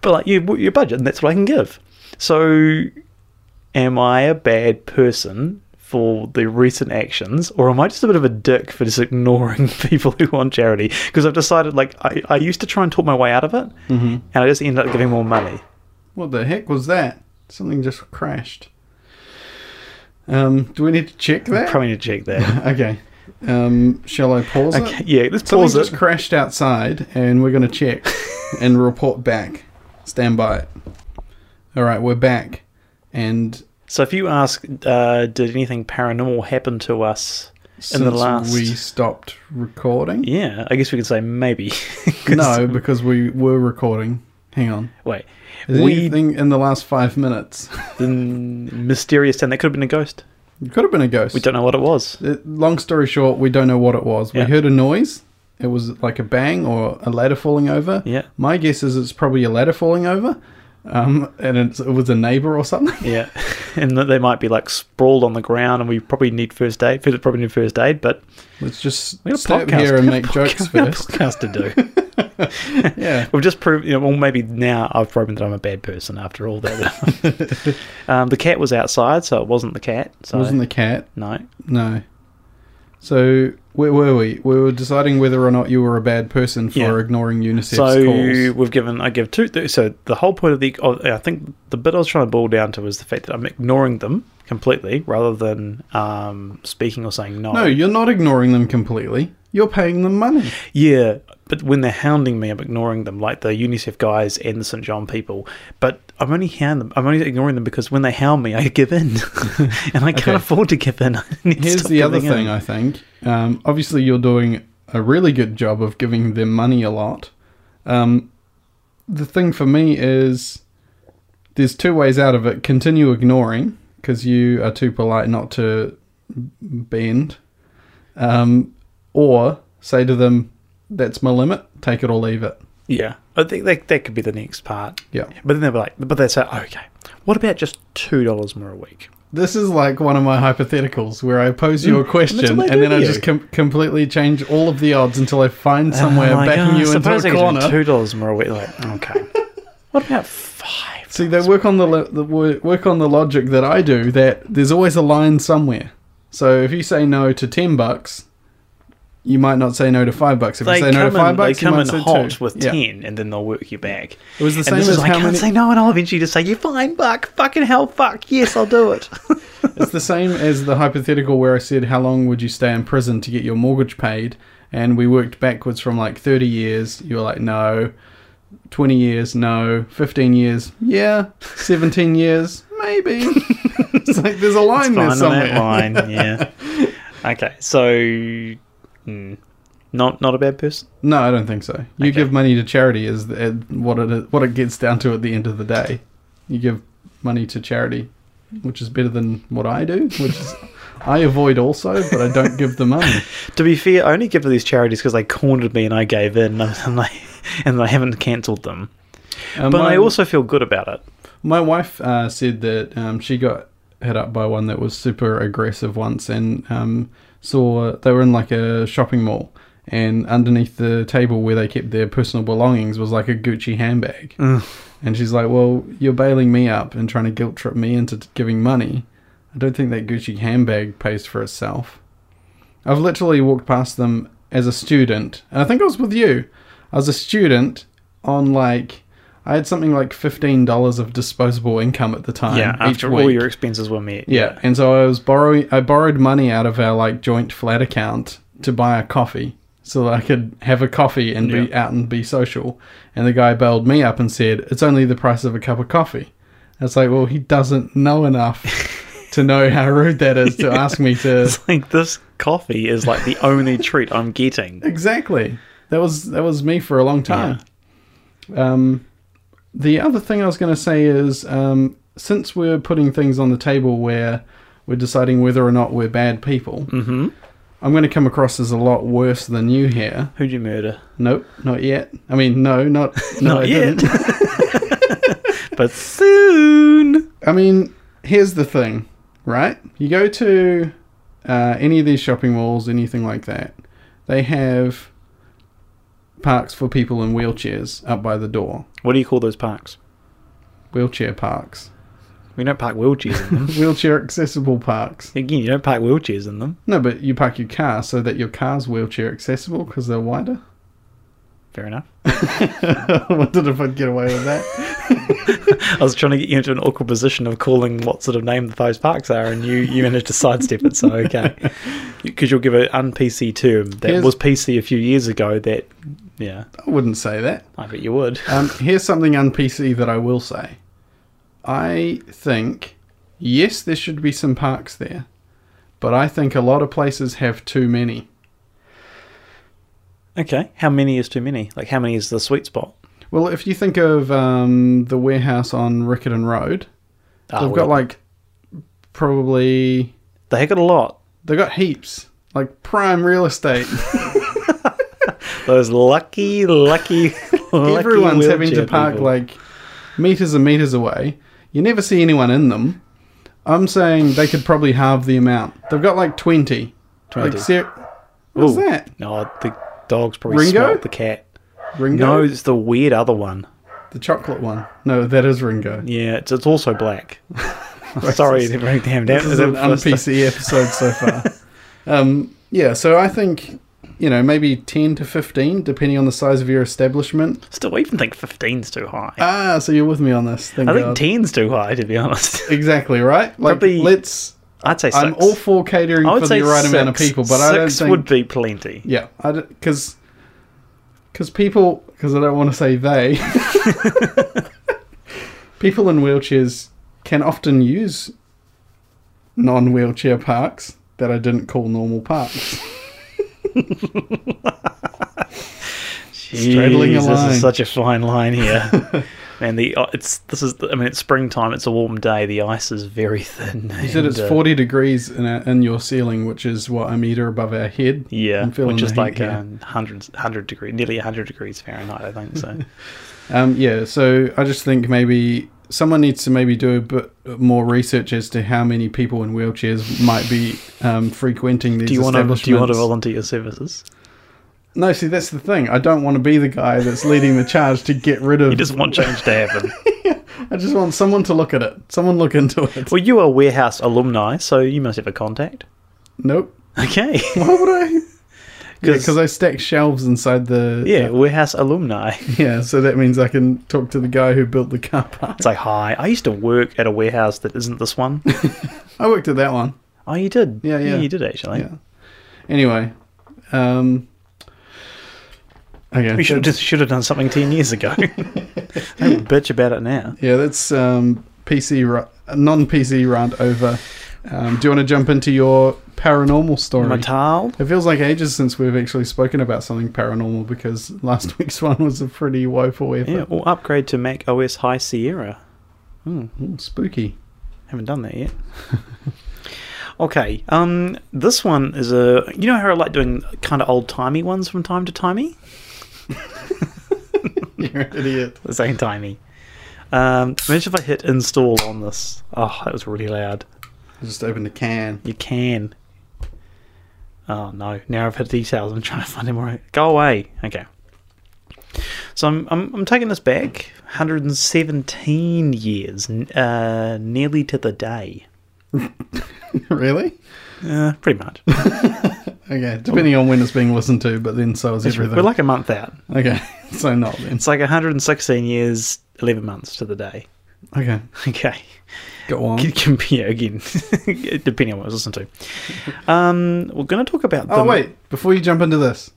S2: but like you, your budget, and that's what I can give. So, am I a bad person? For the recent actions, or am I just a bit of a dick for just ignoring people who want charity? Because I've decided, like, I, I used to try and talk my way out of it,
S1: Mm-hmm.
S2: and I just ended up giving more money.
S1: What the heck was that? Something just crashed. Um, do we need to check that?
S2: Probably need to check that.
S1: okay. Um, shall I pause
S2: okay,
S1: it?
S2: yeah, let's
S1: Something
S2: pause
S1: just
S2: it.
S1: crashed outside, and we're going to check and report back. Stand by it. All right, we're back. And
S2: So if you ask, uh, did anything paranormal happen to us
S1: since
S2: in the last?
S1: we stopped recording,
S2: Yeah, I guess we can say maybe. 'Cause-
S1: no, because we were recording. Hang on.
S2: wait,
S1: Is
S2: we
S1: anything in the last five minutes?
S2: mm, mysterious and that could have been a ghost.
S1: it could have been a ghost.
S2: We don't know what it was.
S1: Uh, long story short, we don't know what it was.
S2: Yeah.
S1: We heard a noise. It was like a bang or a ladder falling over.
S2: Yeah.
S1: My guess is it's probably a ladder falling over, um, and it's, it was a neighbor or something.
S2: Yeah, and that they might be like sprawled on the ground, and we probably need first aid. Probably need first aid, but
S1: Let's just
S2: we got a
S1: step
S2: podcast.
S1: here and
S2: we got a
S1: make jokes
S2: podcast- we got a
S1: first.
S2: podcast to do.
S1: Yeah.
S2: We've just proved, you know, well, maybe now I've proven that I'm a bad person after all that. um, the cat was outside, so it wasn't the cat.
S1: It
S2: So
S1: wasn't the cat.
S2: no.
S1: No. So where were we? We were deciding whether or not you were a bad person for
S2: Yeah.
S1: ignoring UNICEF's
S2: So
S1: calls.
S2: we've given, I give two. th- So the whole point of the, of, I think the bit I was trying to boil down to was the fact that I'm ignoring them completely rather than um, speaking or saying no.
S1: No, you're not ignoring them completely. You're paying them money.
S2: Yeah, but when they're hounding me, I'm ignoring them, like the UNICEF guys and the St. John people. But I'm only hound them. I'm only ignoring them because when they hound me, I give in, and I can't
S1: Okay.
S2: afford to give in. I need to
S1: Here's
S2: stop
S1: the other
S2: giving in.
S1: thing I think. Um, obviously, you're doing a really good job of giving them money a lot. Um, the thing for me is there's two ways out of it. Continue ignoring because you are too polite not to bend, um, or say to them, "That's my limit. Take it or leave it."
S2: Yeah, I think that that could be the next part.
S1: Yeah.
S2: But then they're like, but they say, okay, what about just two dollars more a week?
S1: This is like one of my hypotheticals where I pose you a
S2: Mm. that's
S1: question
S2: what I
S1: and,
S2: do
S1: then
S2: to
S1: I
S2: you.
S1: just com- completely change all of the odds until I find somewhere
S2: Oh my
S1: backing
S2: God,
S1: you into
S2: suppose I
S1: a
S2: could do
S1: corner.
S2: Two dollars more a week. Like, okay, what about five?
S1: See, they work on the, lo- the wo- work on the logic that I do. That there's always a line somewhere. So if you say no to ten bucks, you might not say no to five bucks. If
S2: They
S1: you say
S2: come,
S1: no to five
S2: in,
S1: bucks,
S2: they
S1: you
S2: come
S1: might
S2: in
S1: say
S2: hot
S1: two.
S2: with
S1: Yeah.
S2: ten, and then they'll work you back.
S1: It was the same
S2: and this
S1: as
S2: is, I
S1: how
S2: can't
S1: many.
S2: say no, and I'll eventually just say, "You're fine, Buck. Fucking hell, fuck. Yes, I'll do it."
S1: It's the same as the hypothetical where I said, How long would you stay in prison to get your mortgage paid? And we worked backwards from like 30 years. You were like, No. 20 years, no. 15 years, yeah. 17 years, maybe. it's like there's a line there
S2: Fine on that
S1: somewhere.
S2: line, yeah. Okay, so hmm, not not a bad person.
S1: No, I don't think so. You
S2: Okay.
S1: give money to charity is the- uh, what it what it gets down to at the end of the day. You give money to charity, which is better than what I do, which is I avoid also, but I don't give the money.
S2: To be fair, I only give to these charities because they cornered me and I gave in, and I and I haven't cancelled them.
S1: Um,
S2: But I
S1: my-
S2: also feel good about it.
S1: My wife uh, said that um, she got hit up by one that was super aggressive once, and um, saw they were in like a shopping mall, and underneath the table where they kept their personal belongings was like a Gucci handbag,
S2: Mm.
S1: and she's like, "Well, you're bailing me up and trying to guilt trip me into t- giving money. I don't think that Gucci handbag pays for itself." I've literally walked past them as a student, and I think I was with you. I was a student on like I had something like fifteen dollars of disposable income at the time.
S2: yeah,
S1: each
S2: after
S1: week.
S2: all your expenses were met.
S1: yeah, and so I was borrowing. I borrowed money out of our like joint flat account to buy a coffee, so that I could have a coffee and be out and be social. And the guy bailed me up and said, "It's only the price of a cup of coffee." And it's like, well, he doesn't know enough to know how rude that is to ask me to.
S2: It's like this coffee is like the only treat I'm getting.
S1: Exactly. That was that was me for a long time. Um, the other thing I was going to say is um, since we're putting things on the table where we're deciding whether or not we're bad people,
S2: Mm-hmm.
S1: I'm going to come across as a lot worse than you here.
S2: Who'd you murder?
S1: Nope, not yet. I mean, no, not no,
S2: Not
S1: I
S2: yet.
S1: Didn't.
S2: But soon.
S1: I mean, here's the thing, right? You go to uh, any of these shopping malls, anything like that, they have parks for people in wheelchairs up by the door.
S2: What do you call those parks?
S1: wheelchair parks,
S2: We don't park wheelchairs in them.
S1: wheelchair accessible parks.
S2: Again, you don't park wheelchairs in them.
S1: No, but you park your car so that your car's wheelchair accessible because they're wider.
S2: Fair enough.
S1: I wondered if I'd get away with that.
S2: I was trying to get you into an awkward position of calling what sort of name those parks are, and you, you managed to sidestep it. So okay, because you'll give an un-PC term that
S1: Here's-
S2: was PC a few years ago. That yeah,
S1: I wouldn't say that.
S2: I bet you would.
S1: Um, here's something un-PC that I will say. I think yes, there should be some parks there, but I think a lot of places have too many.
S2: Okay, how many is too many? Like how many is the sweet spot?
S1: Well, if you think of um, the warehouse on Rickerton Road,
S2: Ah,
S1: they've
S2: well,
S1: got like probably
S2: they got a lot.
S1: they've got heaps like prime real estate.
S2: Those lucky, lucky, lucky
S1: everyone's having to
S2: wheelchair
S1: park
S2: people.
S1: like meters and meters away. You never see anyone in them. I'm saying they could probably halve the amount. They've got like 20.
S2: 20.
S1: Like, ser- what's
S2: Ooh.
S1: that?
S2: No, the dog's probably
S1: Ringo?
S2: smelt the cat.
S1: Ringo?
S2: No, it's the weird other one.
S1: The chocolate one. No, that is Ringo.
S2: Yeah, it's, it's also black. Sorry,
S1: This
S2: to break down.
S1: This is an un-PC episode so far. um, yeah, so I think, you know, maybe 10 to 15, depending on the size of your establishment.
S2: Still, I even think 15's too high.
S1: Ah, so you're with me on this. Thank
S2: I
S1: Oh, God.
S2: think 10's too high, to be honest.
S1: Exactly, right? Like,
S2: Probably-
S1: let's
S2: I'd say 6
S1: I'm all for catering
S2: I would
S1: for
S2: say
S1: the right
S2: six.
S1: amount of people, but I don't
S2: six
S1: think
S2: would be plenty.
S1: Yeah, I because because people because I don't want to say they people in wheelchairs can often use non-wheelchair parks that I didn't call normal parks. Straddling a
S2: Jeez,
S1: line.
S2: This is such a fine line here. Man, the uh, it's this is I mean it's springtime. It's a warm day. The ice is very thin.
S1: You said
S2: uh,
S1: it's 40 degrees in a, in your ceiling, which is what a meter above our head.
S2: Yeah,
S1: I'm feeling
S2: which
S1: the
S2: is
S1: heat
S2: like
S1: here.
S2: uh, 100, 100 degrees, nearly 100 degrees Fahrenheit, I think. So,
S1: Um, yeah, so I just think maybe someone needs to maybe do a bit more research as to how many people in wheelchairs might be um, frequenting these
S2: do you want to do you want to
S1: establishments.
S2: volunteer your services?
S1: No, see, that's the thing. I don't want to be the guy that's leading the charge to get rid of.
S2: You just want change to happen.
S1: I just want someone to look at it. Someone look into it.
S2: well, you are warehouse alumni, so you must have a contact.
S1: Nope.
S2: Okay,
S1: Why would I?
S2: because
S1: Because I stack shelves inside the.
S2: yeah, warehouse alumni.
S1: Yeah, so that means I can talk to the guy who built the car park.
S2: It's like hi. I used to work at a warehouse that isn't this one.
S1: I worked at that one.
S2: Oh, you did.
S1: Yeah, yeah.
S2: you did actually.
S1: Yeah. Anyway, um. Okay.
S2: We should have
S1: that's-
S2: just should have done something ten years ago. Don't bitch about it now.
S1: Yeah, that's um, PC ra- non PC rant over. Um, do you want to jump into your paranormal story?
S2: Metal.
S1: It feels like ages since we've actually spoken about something paranormal because last week's one was a pretty woeful effort.
S2: Yeah, or upgrade to Mac OS High Sierra. Hmm,
S1: Ooh, spooky.
S2: haven't done that yet. okay, um, this one is a. You know how I like doing kind of old timey ones from time to timey?
S1: You're an idiot.
S2: The same timey. Um, imagine if I hit install on this. Oh, that was really loud.
S1: I just opened a can.
S2: You can. Oh no! Now I've hit details. I'm trying to find him. Right, go away. Okay. So I'm I'm, I'm taking this back 117 years, n- uh, nearly to the day.
S1: really?
S2: Uh, pretty much.
S1: Okay, depending
S2: Oh.
S1: on when it's being listened to, but then so is everything.
S2: We're like a month out.
S1: okay, so not then.
S2: It's like 116 years, 11 months to the day.
S1: Okay,
S2: Okay.
S1: go on.
S2: Can, can be again, depending on what I was listening to. Um, we're going to talk about.
S1: Oh
S2: the-
S1: wait, before you jump into this,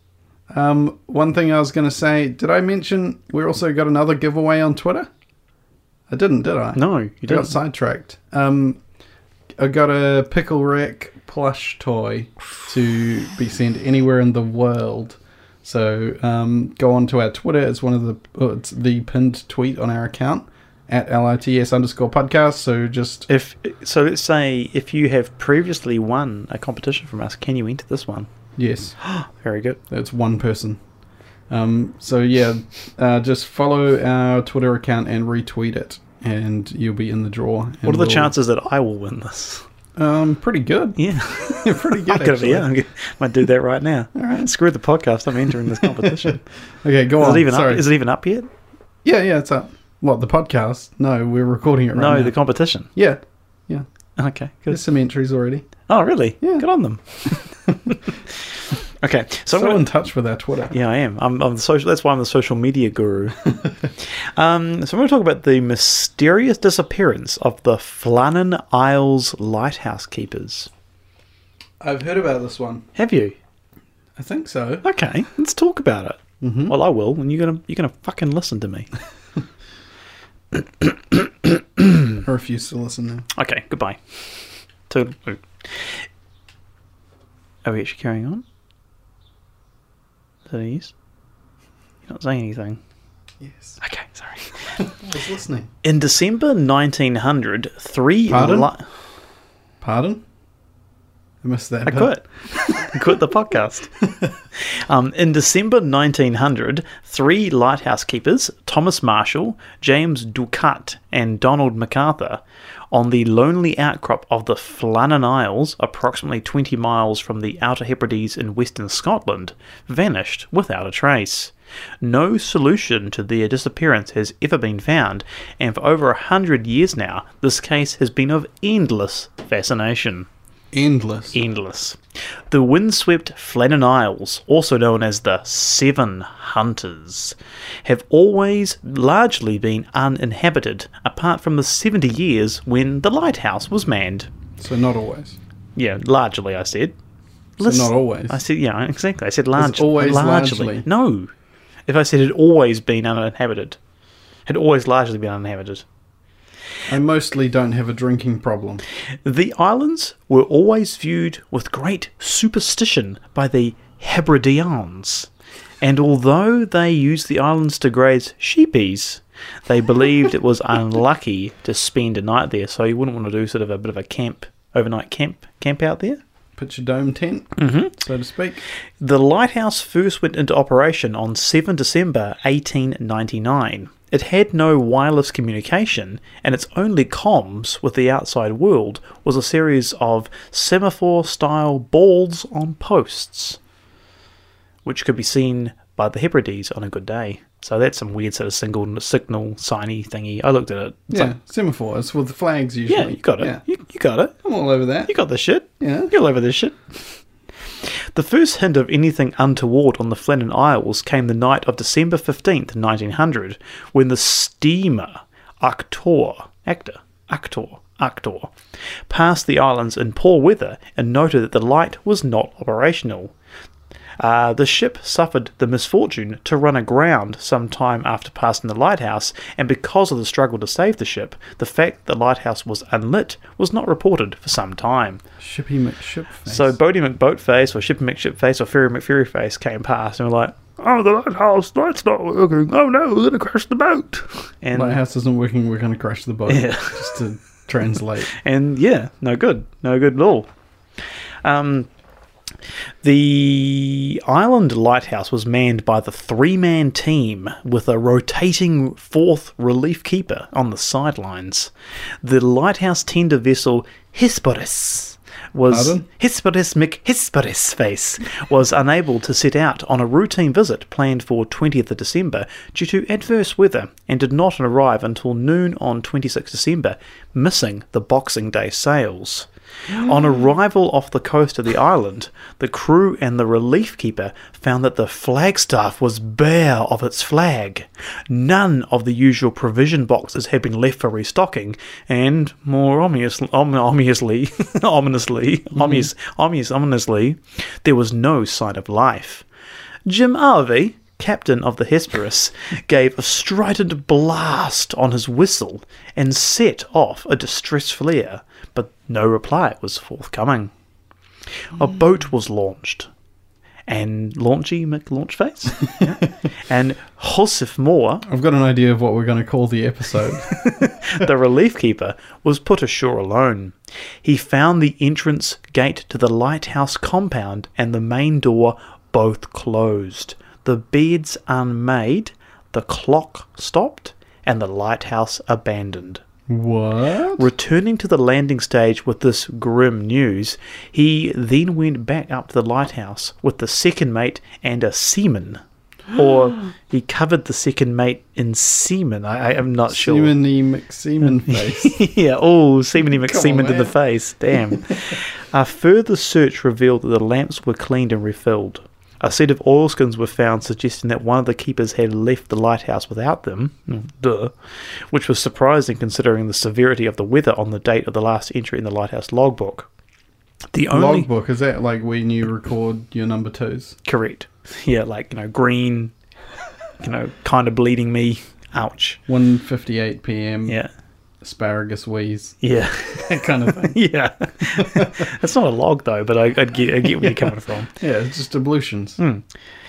S1: um, one thing I was going to say. Did I mention we also got another giveaway on Twitter? I didn't, did I?
S2: No, you
S1: You got
S2: don't.
S1: sidetracked. Um, I got a pickle rack plush toy to be sent anywhere in the world. So um, go on to our Twitter. It's one of the oh, it's the pinned tweet on our account at lits underscore podcast. So just
S2: If so, let's say if you have previously won a competition from us, can you enter this one?
S1: yes,
S2: Very good.
S1: that's one person. Um, so yeah, uh, just follow our Twitter account and retweet it, and you'll be in the draw. and
S2: What are the
S1: we'll-
S2: chances that I will win this?
S1: Um, pretty good.
S2: Yeah,
S1: pretty good.
S2: I'm gonna,
S1: actually.
S2: yeah, I'm gonna, might do that right now.
S1: All right.
S2: Screw the podcast. I'm entering this competition.
S1: Okay, go
S2: is
S1: on.
S2: it even
S1: Sorry.
S2: up? Is it even up yet?
S1: Yeah, yeah, it's up. What the podcast? No, we're recording it right
S2: no,
S1: now.
S2: the competition.
S1: yeah, yeah.
S2: Okay, good.
S1: There's some entries already.
S2: Oh, really?
S1: Yeah.
S2: Good on them. okay, so,
S1: So,
S2: I'm gonna,
S1: in touch with our Twitter.
S2: Yeah, I am. I'm, I'm the social. That's why I'm the social media guru. um, so I'm going to talk about the mysterious disappearance of the Flannan Isles lighthouse keepers.
S1: I've heard about this one.
S2: Have you?
S1: I think so.
S2: Okay, let's talk about it.
S1: Mhm.
S2: Well, I will, and you're gonna you're gonna fucking listen to me.
S1: I refuse to listen now.
S2: Okay, goodbye. Toodaloo. Are we actually carrying on? Is that a yes? You're not saying anything.
S1: Yes,
S2: Okay, sorry.
S1: I was listening.
S2: In December 1900, three
S1: Pardon?
S2: li-
S1: Pardon? I missed that.
S2: I
S1: bit.
S2: quit. I quit the podcast. Um, in December 1900, three lighthouse keepers, Thomas Marshall, James Ducat, and Donald MacArthur, on the lonely outcrop of the Flannan Isles, approximately 20 miles from the Outer Hebrides in western Scotland, vanished without a trace. No solution to their disappearance has ever been found, and for over a hundred years now, this case has been of endless fascination
S1: Endless.
S2: endless. The windswept Flannan Isles, also known as the Seven Hunters, have always largely been uninhabited, apart from the 70 years when the lighthouse was manned.
S1: So not always.
S2: Yeah, largely, I said.
S1: So
S2: Listen-
S1: not always.
S2: I said, yeah, exactly. I said largely.
S1: always
S2: largely.
S1: largely.
S2: No. If I said it had always been uninhabited, had always largely been uninhabited.
S1: I mostly don't have a drinking problem.
S2: The islands were always viewed with great superstition by the Hebrideans, and although they used the islands to graze sheepies, they believed it was unlucky to spend a night there, so you wouldn't want to do sort of a bit of a camp, overnight camp, camp out there.
S1: Pitch a dome tent,
S2: Mm-hmm.
S1: so to speak.
S2: The lighthouse first went into operation on 7 December 1899. It had no wireless communication, and its only comms with the outside world was a series of semaphore style balls on posts, which could be seen by the Hebrides on a good day. So that's some weird sort of single signal signy thingy. I looked at it. It's
S1: yeah,
S2: like,
S1: semaphore. It's with the flags usually.
S2: yeah, you got it. You, you got it.
S1: I'm all over that.
S2: You got this shit.
S1: Yeah.
S2: You'll over this shit. The first hint of anything untoward on the Flannan Isles came the night of December 15th, 1900, when the steamer Actor, actor, Actor, Actor, passed the islands in poor weather and noted that the light was not operational. Uh, the ship suffered the misfortune to run aground some time after passing the lighthouse, and because of the struggle to save the ship, the fact that the lighthouse was unlit was not reported for some time.
S1: Shippy McShipface.
S2: So Bodie McBoatface or Shippy McShipface or Ferry McFerryface came past and were like, Oh, the lighthouse light's not working. Oh no, we're gonna crash the boat. And
S1: lighthouse isn't working. We're going to crash the boat.
S2: Yeah.
S1: Just to translate.
S2: and yeah, no good, no good at all. Um, the island lighthouse was manned by the three-man team with a rotating fourth relief keeper on the sidelines. The lighthouse tender vessel Hesperus was
S1: Pardon?
S2: Hesperus McHesperus face was unable to set out on a routine visit planned for 20th of December due to adverse weather and did not arrive until noon on 26th December, missing the Boxing Day sales. On arrival off the coast of the island, the crew and the relief keeper found that the flagstaff was bare of its flag. None of the usual provision boxes had been left for restocking, and more ominously, om- ominously, ominously, ominous, ominous, ominously, there was no sign of life. Jim Harvey, captain of the Hesperus, gave a strident blast on his whistle and set off a distress flare, but no reply was forthcoming. A boat was launched, and Launchy McLaunchface Yeah. and Joseph Moore,
S1: I've got an idea of what we're going to call the episode.
S2: the relief keeper, was put ashore alone. He found the entrance gate to the lighthouse compound and the main door both closed, the beds unmade, the clock stopped, and the lighthouse abandoned.
S1: what?
S2: Returning to the landing stage with this grim news, he then went back up to the lighthouse with the second mate and a seaman. Or he covered the second mate in semen. I, I am not sure.
S1: Seamany McSeaman face.
S2: yeah, oh, seemingly
S1: Come
S2: McSeaman
S1: on,
S2: to the
S1: man.
S2: face. Damn. a further search revealed that the lamps were cleaned and refilled. A set of oilskins were found suggesting that one of the keepers had left the lighthouse without them, Mm, duh, which was surprising considering the severity of the weather on the date of the last entry in the lighthouse logbook. The only
S1: Logbook is that like when you record your number twos?
S2: correct, yeah, like you know, green, you know, kind of bleeding me. Ouch.
S1: 1.58 p.m.
S2: Yeah,
S1: Asparagus wheeze,
S2: yeah.
S1: that kind of thing.
S2: yeah. That's not a log though, but I, I get, I get where you're coming from.
S1: yeah, it's just ablutions.
S2: Hmm.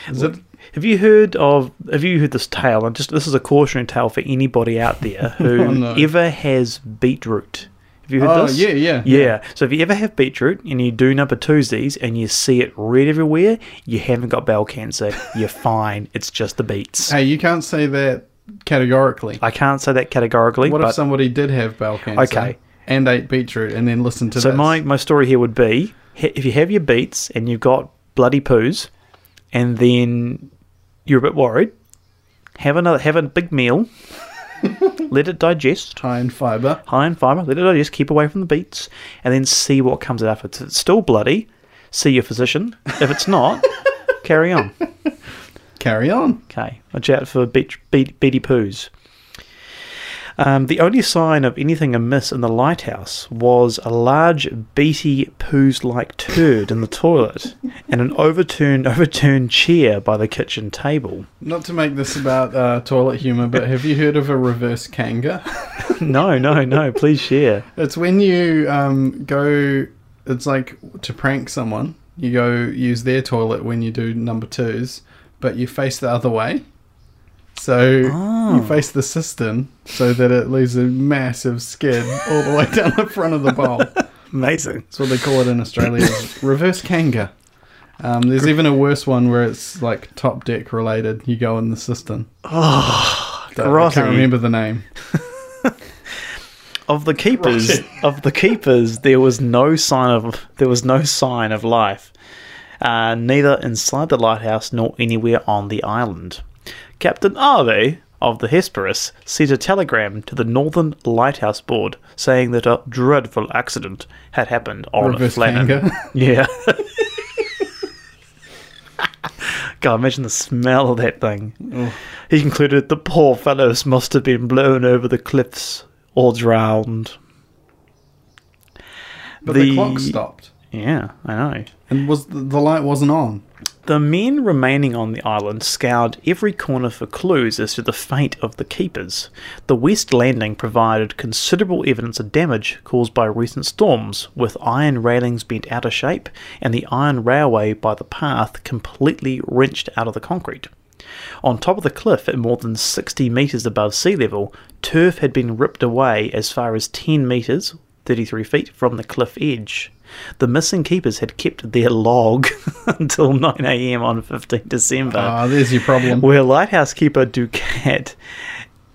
S1: Is it?
S2: Have you heard of? Have you heard this tale? And just this is a cautionary tale for anybody out there who
S1: Oh, no.
S2: ever has beetroot. Have you heard
S1: Oh,
S2: this?
S1: yeah, yeah,
S2: yeah. So if you ever have beetroot and you do number Tuesdays and you see it red everywhere, you haven't got bowel cancer. You're fine. It's just the beets.
S1: Hey, you can't say that categorically.
S2: I can't say that categorically.
S1: What
S2: but
S1: if somebody did have bowel cancer
S2: Okay.
S1: and ate beetroot and then listened to
S2: So
S1: this?
S2: my, my story here would be he- if you have your beets and you've got bloody poos, and then you're a bit worried, have another have a big meal, let it digest,
S1: high in fiber.
S2: high in fibre, let it digest, keep away from the beets, and then see what comes out. If it's still bloody, see your physician. If it's not, carry on.
S1: Carry on.
S2: Okay, watch out for beet, beet, beety poos. Um, the only sign of anything amiss in the lighthouse was a large beaty poos like turd in the toilet and an overturned overturned chair by the kitchen table.
S1: Not to make this about uh, toilet humor, but have you heard of a reverse kanga?
S2: no, no, no, please share.
S1: It's when you um, go. It's like to prank someone. You go use their toilet when you do number twos, but you face the other way. So
S2: Oh.
S1: you face the cistern so that it leaves a massive skid all the way down the front of the bowl.
S2: Amazing.
S1: That's what they call it in Australia. is reverse kanga. Um, there's even a worse one where it's like top deck related. You go in the cistern.
S2: Oh,
S1: But I
S2: grossy.
S1: can't remember the name.
S2: of the keepers
S1: Right.
S2: of the keepers there was no sign of there was no sign of life uh, neither inside the lighthouse nor anywhere on the island captain harvey of the hesperus sent a telegram to the northern lighthouse board saying that a dreadful accident had happened on
S1: Reverse
S2: Flannan.
S1: kanga.
S2: yeah god imagine the smell of that thing
S1: Oh.
S2: he concluded the poor fellows must have been blown over the cliffs or drowned.
S1: But the... clock stopped,
S2: Yeah, I know.
S1: and was the, the light wasn't on.
S2: The men remaining on the island scoured every corner for clues as to the fate of the keepers. The west landing provided considerable evidence of damage caused by recent storms, with iron railings bent out of shape and the iron railway by the path completely wrenched out of the concrete. On top of the cliff, at more than 60 metres above sea level, turf had been ripped away as far as 10 metres, 33 feet, from the cliff edge. The missing keepers had kept their log until 9am on 15 December,
S1: Ah, there's your problem.
S2: where lighthouse keeper Ducat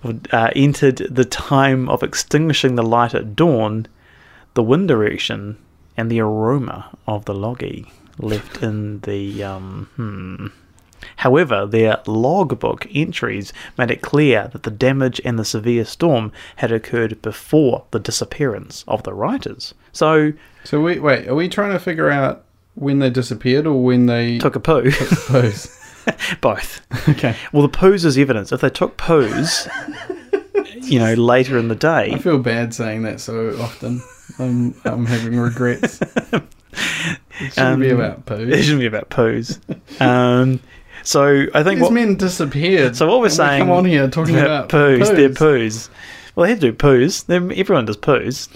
S2: uh, entered the time of extinguishing the light at dawn, the wind direction, and the aroma of the loggy left in the. Um, hmm. However, their logbook entries made it clear that the damage and the severe storm had occurred before the disappearance of the writers. So,
S1: So we wait. Are we trying to figure out when they disappeared or when they
S2: took a poo.
S1: pose?
S2: Both.
S1: okay,
S2: Well, the pose is evidence. If they took pose, you know, later in the
S1: I
S2: day,
S1: feel bad saying that so often. I'm I'm having regrets. It shouldn't be
S2: Um,
S1: about pose.
S2: it shouldn't be about pose. Um, so I think
S1: These
S2: what,
S1: men disappeared.
S2: so. What we're
S1: and we
S2: saying
S1: come on here talking about
S2: poos,
S1: pose.
S2: they're poos. Well, they have to do poos. Then everyone does poos.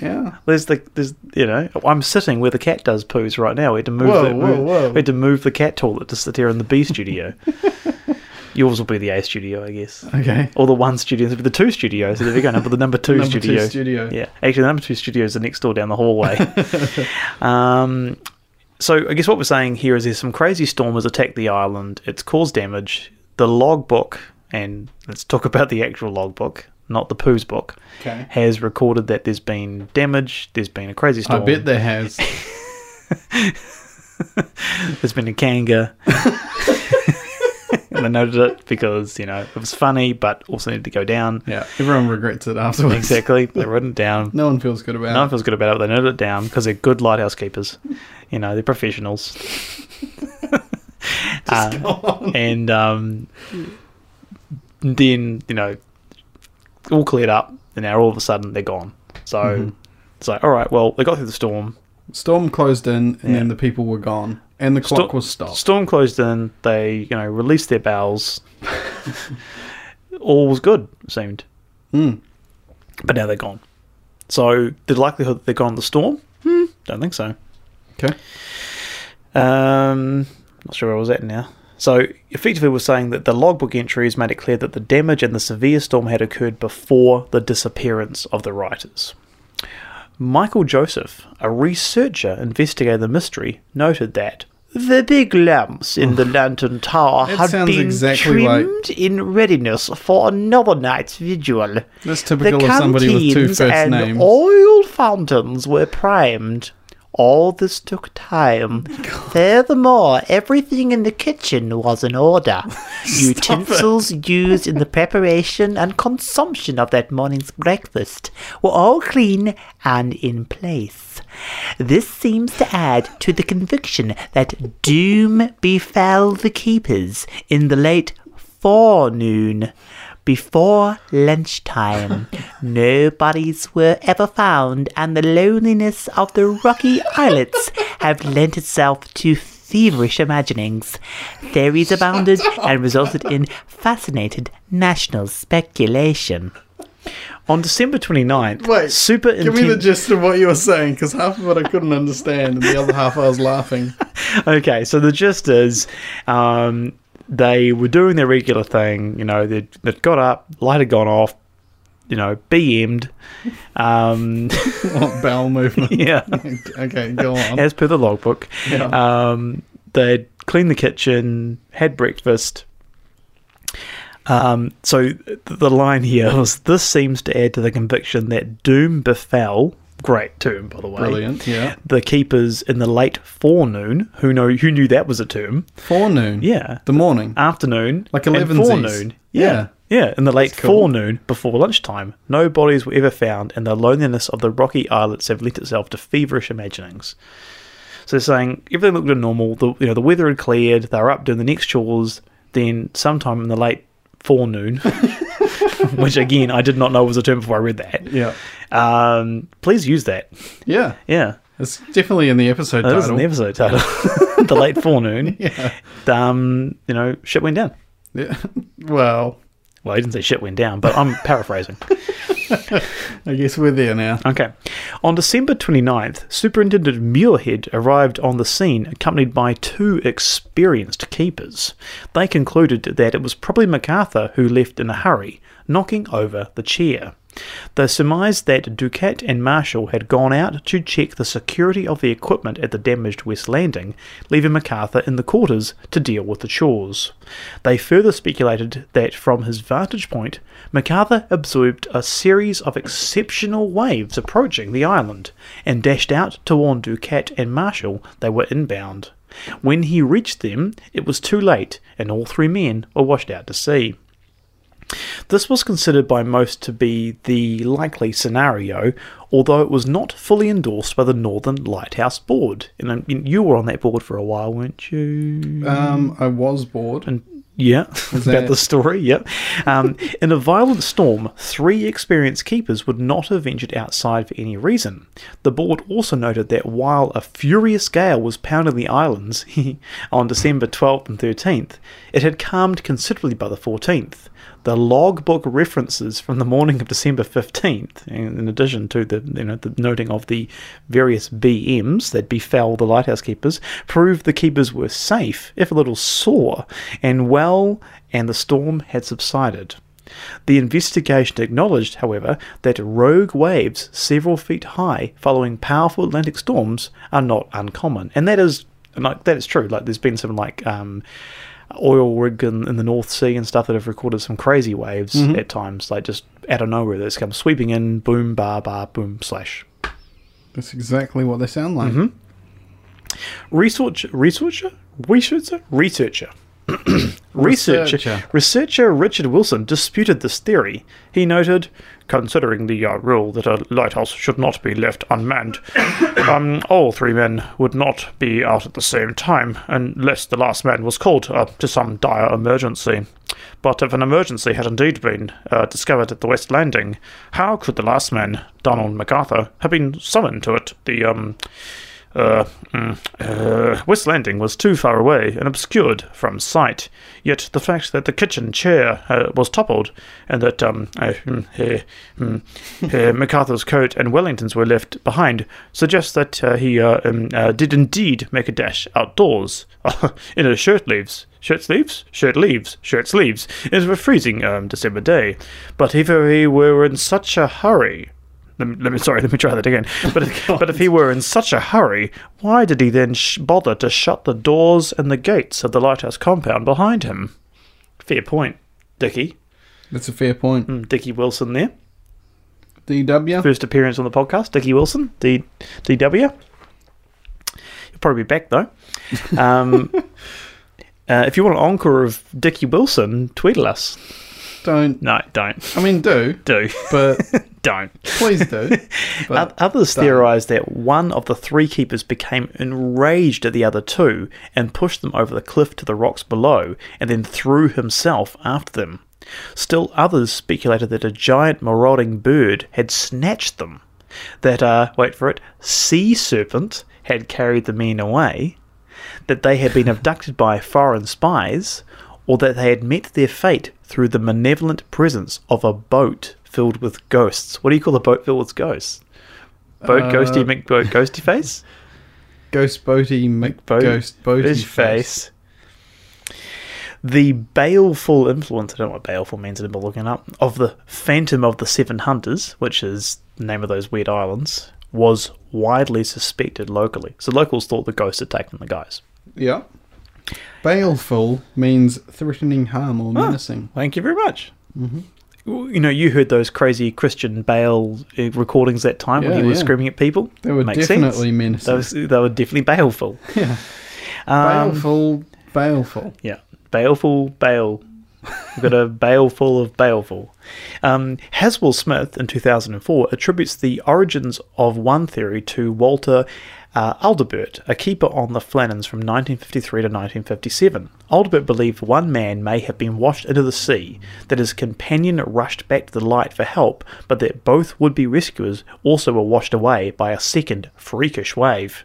S1: Yeah.
S2: There's the there's you know I'm sitting where the cat does poos right now. We had to move
S1: Whoa,
S2: the
S1: whoa, whoa.
S2: we had to move the cat toilet to sit here in the B studio. Yours will be the A studio, I guess.
S1: Okay.
S2: Or the one studio, it'll be the two studio. So there we go. Number the number two
S1: Number two
S2: studio.
S1: studio.
S2: Yeah, actually, the number two studio is the next door down the hallway. um, so I guess what we're saying here is there's some crazy storm has attacked the island. It's caused damage. The logbook, and let's talk about the actual logbook, not the poo's book,
S1: Okay.
S2: has recorded that there's been damage. There's been a crazy
S1: I
S2: storm.
S1: bet there has.
S2: There's been a kanga. and I noted it because you know it was funny, but also needed to go down.
S1: Yeah. Everyone regrets it afterwards.
S2: Exactly, they wrote it down.
S1: No one feels good about
S2: No one
S1: it.
S2: feels good about it. They noted it down because they're good lighthouse keepers. You know, they're professionals. Uh, and um, then, you know, all cleared up, and now all of a sudden they're gone. So
S1: Mm-hmm.
S2: it's like, all right, well, they got through the storm.
S1: Storm closed in, and
S2: Yeah.
S1: then the people were gone, and the clock
S2: Sto-
S1: was stopped.
S2: Storm closed in. They, you know, released their bowels. all was good, it seemed.
S1: Mm.
S2: But now they're gone. So the likelihood that they're gone in the storm? Hmm, don't think so.
S1: Okay.
S2: Um, not sure where I was at now. So, effectively, we're saying that the logbook entries made it clear that the damage and the severe storm had occurred before the disappearance of the writers. Michael Joseph, a researcher investigating the mystery, noted that the big lamps in the lantern tower
S1: That
S2: had
S1: sounds
S2: been
S1: exactly like-
S2: trimmed in readiness for another night's vigil.
S1: That's
S2: The
S1: typical of somebody with two
S2: canteens
S1: first
S2: and
S1: names.
S2: oil fountains were primed. All this took time. Furthermore, everything in the kitchen was in order. Utensils used in the preparation and consumption of that morning's breakfast were all clean and in place. This seems to add to the conviction that doom befell the keepers in the late forenoon.
S3: Before lunchtime, no bodies were ever found, and the loneliness of the rocky islets have lent itself to feverish imaginings. Theories abounded and resulted in fascinated national speculation.
S2: On December 29th,
S1: Wait,
S2: super
S1: Give me the
S2: inten-
S1: gist of what you were saying, because half of it I couldn't understand, and the other half I was laughing.
S2: okay, so the gist is um, they were doing their regular thing. You know, they'd, they'd got up, light had gone off, you know, BM'd. Um,
S1: What Oh, bowel movement?
S2: yeah,
S1: okay, go on.
S2: as per the logbook.
S1: Yeah.
S2: Um, they'd cleaned the kitchen, had breakfast. Um, so th- the line here was this seems to add to the conviction that doom befell. Great term, by the way.
S1: Brilliant. Yeah.
S2: The keepers in the late forenoon. Who know? Who knew that was a term?
S1: Forenoon.
S2: Yeah. Uh,
S1: The morning.
S2: afternoon,
S1: Like
S2: and
S1: 11s.
S2: forenoon. Yeah. yeah, in the late
S1: cool.
S2: forenoon before lunchtime, no bodies were ever found, and the loneliness of the rocky islets have lent itself to feverish imaginings. So they're saying everything looked normal. The you know the weather had cleared. They were up doing the next chores. Then sometime in the late forenoon, which again I did not know was a term before I read that.
S1: Yeah.
S2: Um, please use that.
S1: Yeah.
S2: Yeah,
S1: It's definitely in the episode
S2: that is
S1: title.
S2: an episode title. the late forenoon.
S1: yeah.
S2: Um, you know, shit went down.
S1: yeah. Well,
S2: Well, I didn't say shit went down, but I'm paraphrasing.
S1: I guess we're there now.
S2: Okay. On December 29th, Superintendent Muirhead arrived on the scene accompanied by two experienced keepers. They concluded that it was probably MacArthur who left in a hurry, knocking over the chair. They surmised that Ducat and Marshall had gone out to check the security of the equipment at the damaged West Landing, leaving MacArthur in the quarters to deal with the chores. They further speculated that from his vantage point, MacArthur observed a series of exceptional waves approaching the island and dashed out to warn Ducat and Marshall they were inbound. When he reached them, it was too late, and all three men were washed out to sea. This was considered by most to be the likely scenario, although it was not fully endorsed by the Northern Lighthouse Board. And I mean, you were on that board for a while, weren't you?
S1: Um, I was bored.
S2: Mm. And yeah,
S1: that-
S2: about the story. Yep. Um, in a violent storm, three experienced keepers would not have ventured outside for any reason. The board also noted that while a furious gale was pounding the islands on December 12th and 13th, it had calmed considerably by the 14th. The logbook references from the morning of December 15th, in in addition to the, you know, the noting of the various BMs that befell the lighthouse keepers, proved the keepers were safe, if a little sore, and well, and the storm had subsided. The investigation acknowledged, however, that rogue waves several feet high following powerful Atlantic storms are not uncommon, and that is and, like that is true. Like there's been some like um, oil rig in, in the North Sea and stuff that have recorded some crazy waves at times, like just out of nowhere that's come sweeping in, boom, bar, bar, boom, slash.
S1: That's exactly what they sound like.
S2: Mm-hmm. research researcher researcher researcher researcher
S1: Researcher.
S2: researcher Richard Wilson disputed this theory. He noted, considering the uh, rule that a lighthouse should not be left unmanned, um, all three men would not be out at the same time unless the last man was called uh, to some dire emergency. But if an emergency had indeed been uh, discovered at the West Landing, how could the last man, Donald MacArthur, have been summoned to it? The um, uh, mm, uh, West Landing was too far away and obscured from sight. Yet the fact that the kitchen chair uh, was toppled and that um, uh, mm, eh, mm, eh, MacArthur's coat and Wellington's were left behind suggests that uh, he uh, um, uh, did indeed make a dash outdoors in his shirt sleeves. Shirt sleeves, shirt leaves, shirt sleeves. It was a freezing um, December day, but if he were in such a hurry, let me, let me sorry, let me try that again. But if, but if he were in such a hurry, why did he then sh- bother to shut the doors and the gates of the lighthouse compound behind him? Fair point, Dickie.
S1: That's a fair point.
S2: Mm, Dickie Wilson there.
S1: DW.
S2: First appearance on the podcast, Dickie Wilson, D- DW. He'll probably be back though. Um, uh, if you want an encore of Dickie Wilson, tweetle us.
S1: Don't.
S2: No, don't.
S1: I mean, do,
S2: Do.
S1: but
S2: don't.
S1: please do.
S2: Oth-
S1: But
S2: Others theorised that one of the three keepers became enraged at the other two and pushed them over the cliff to the rocks below, and then threw himself after them. Still, others speculated that a giant marauding bird had snatched them, that, uh, wait for it, sea serpent had carried the men away, that they had been abducted by foreign spies, or that they had met their fate through the malevolent presence of a boat filled with ghosts. What do you call a boat filled with ghosts? Boat
S1: Uh,
S2: ghosty McBoat ghosty face?
S1: Ghost Boaty McBoat.
S2: Boat,
S1: Ghost Boaty
S2: his face. The baleful influence, I don't know what baleful means, I've been looking up, of the Phantom of the Seven Hunters, which is the name of those weird islands, was widely suspected locally. So locals thought the ghosts had taken the guys.
S1: Yeah. Baleful means threatening harm or
S2: Ah.
S1: menacing.
S2: Thank you very much. Mm-hmm. You know, you heard those crazy Christian Bale uh, recordings that time when
S1: Yeah,
S2: he was
S1: yeah.
S2: screaming at people.
S1: They were
S2: Makes
S1: definitely
S2: sense.
S1: menacing.
S2: Those, they were definitely baleful.
S1: Yeah.
S2: Um,
S1: Baleful, baleful.
S2: Yeah. Baleful Bale. We've got a baleful of baleful. Um, Haswell Smith in 2004 attributes the origins of one theory to Walter uh, Aldebert, a keeper on the Flannans from 1953 to 1957. Aldebert believed one man may have been washed into the sea, that his companion rushed back to the light for help, but that both would be rescuers also were washed away by a second freakish wave.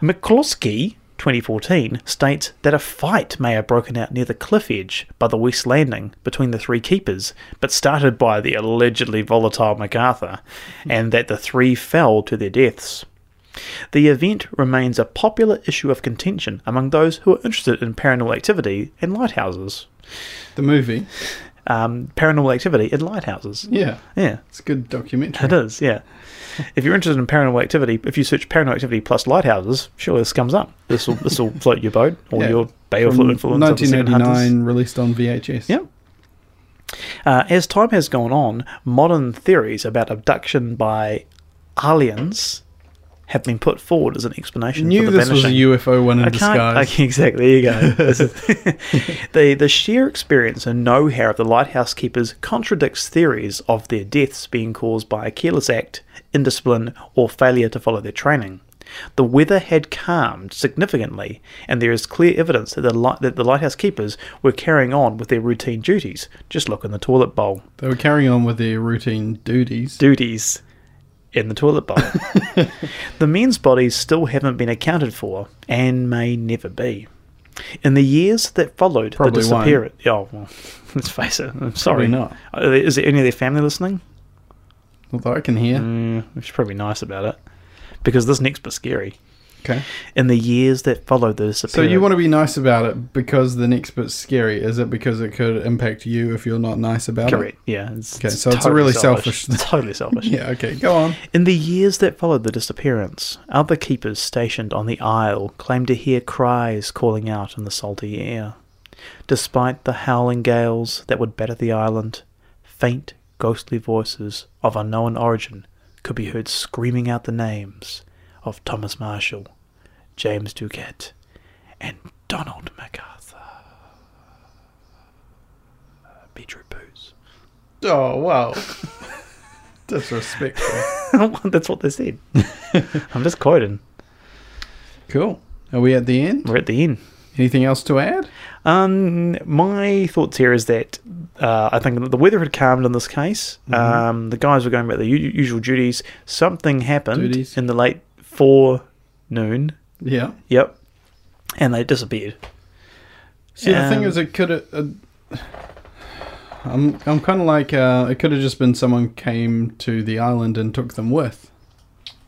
S2: McCloskey, 2014, states that a fight may have broken out near the cliff edge by the West Landing between the three keepers, but started by the allegedly volatile MacArthur, and that the three fell to their deaths. The event remains a popular issue of contention among those who are interested in paranormal activity and lighthouses.
S1: The movie.
S2: Um, paranormal activity in lighthouses.
S1: Yeah.
S2: Yeah.
S1: It's a good documentary.
S2: It is, yeah. If you're interested in paranormal activity, if you search paranormal activity plus lighthouses, surely this comes up. This will this will float your boat or
S1: Yeah.
S2: your bay
S1: From
S2: of influence. of the Seven Hunters.
S1: 1989, released on VHS.
S2: Yeah. Uh, as time has gone on, modern theories about abduction by aliens have been put forward as an explanation
S1: Knew
S2: for the
S1: this was a
S2: vanishing.
S1: UFO one in
S2: I can't. I
S1: disguise.
S2: can't- exactly. There you go. This is- the the sheer experience and know-how of the lighthouse keepers contradicts theories of their deaths being caused by a careless act, indiscipline, or failure to follow their training. The weather had calmed significantly, and there is clear evidence that the light, that the lighthouse keepers were carrying on with their routine duties. Just look in the toilet bowl
S1: They were carrying on with their routine duties.
S2: duties in the toilet bowl. the men's bodies still haven't been accounted for and may never be. In the years that followed
S1: Probably
S2: the
S1: won't.
S2: disappearance, oh well, let's face it. I'm sorry.
S1: not.
S2: Uh, Is there any of their family listening?
S1: Although I can hear.
S2: Mm, we should probably be nice about it, because this next bit's scary.
S1: Okay.
S2: In the years that followed the
S1: So
S2: disappearance,
S1: you want to be nice about it because the next bit's scary. Is it because it could impact you if you're not nice about
S2: correct?
S1: it?
S2: Yeah. It's,
S1: Okay, so it's a really selfish-
S2: It's totally selfish.
S1: Yeah, okay, go on.
S2: In the years that followed the disappearance, other keepers stationed on the isle claimed to hear cries calling out in the salty air. Despite the howling gales that would batter the island, faint, ghostly voices of unknown origin could be heard screaming out the names of Thomas Marshall, James Duquette, and Donald MacArthur. Beatrix Booze.
S1: Oh, wow. Disrespectful.
S2: That's what they said. I'm just quoting.
S1: Cool. Are we at the end?
S2: We're at the end.
S1: Anything else to add?
S2: Um, my thoughts here is that uh, I think the weather had calmed in this case.
S1: Mm-hmm.
S2: Um, the guys were going about their u- usual duties. Something happened
S1: Duties.
S2: in the late forenoon.
S1: Yeah.
S2: Yep, and they disappeared.
S1: See, the thing
S2: Um,
S1: is, it could have. Uh, I'm, I'm kind of like, uh, it could have just been someone came to the island and took them with.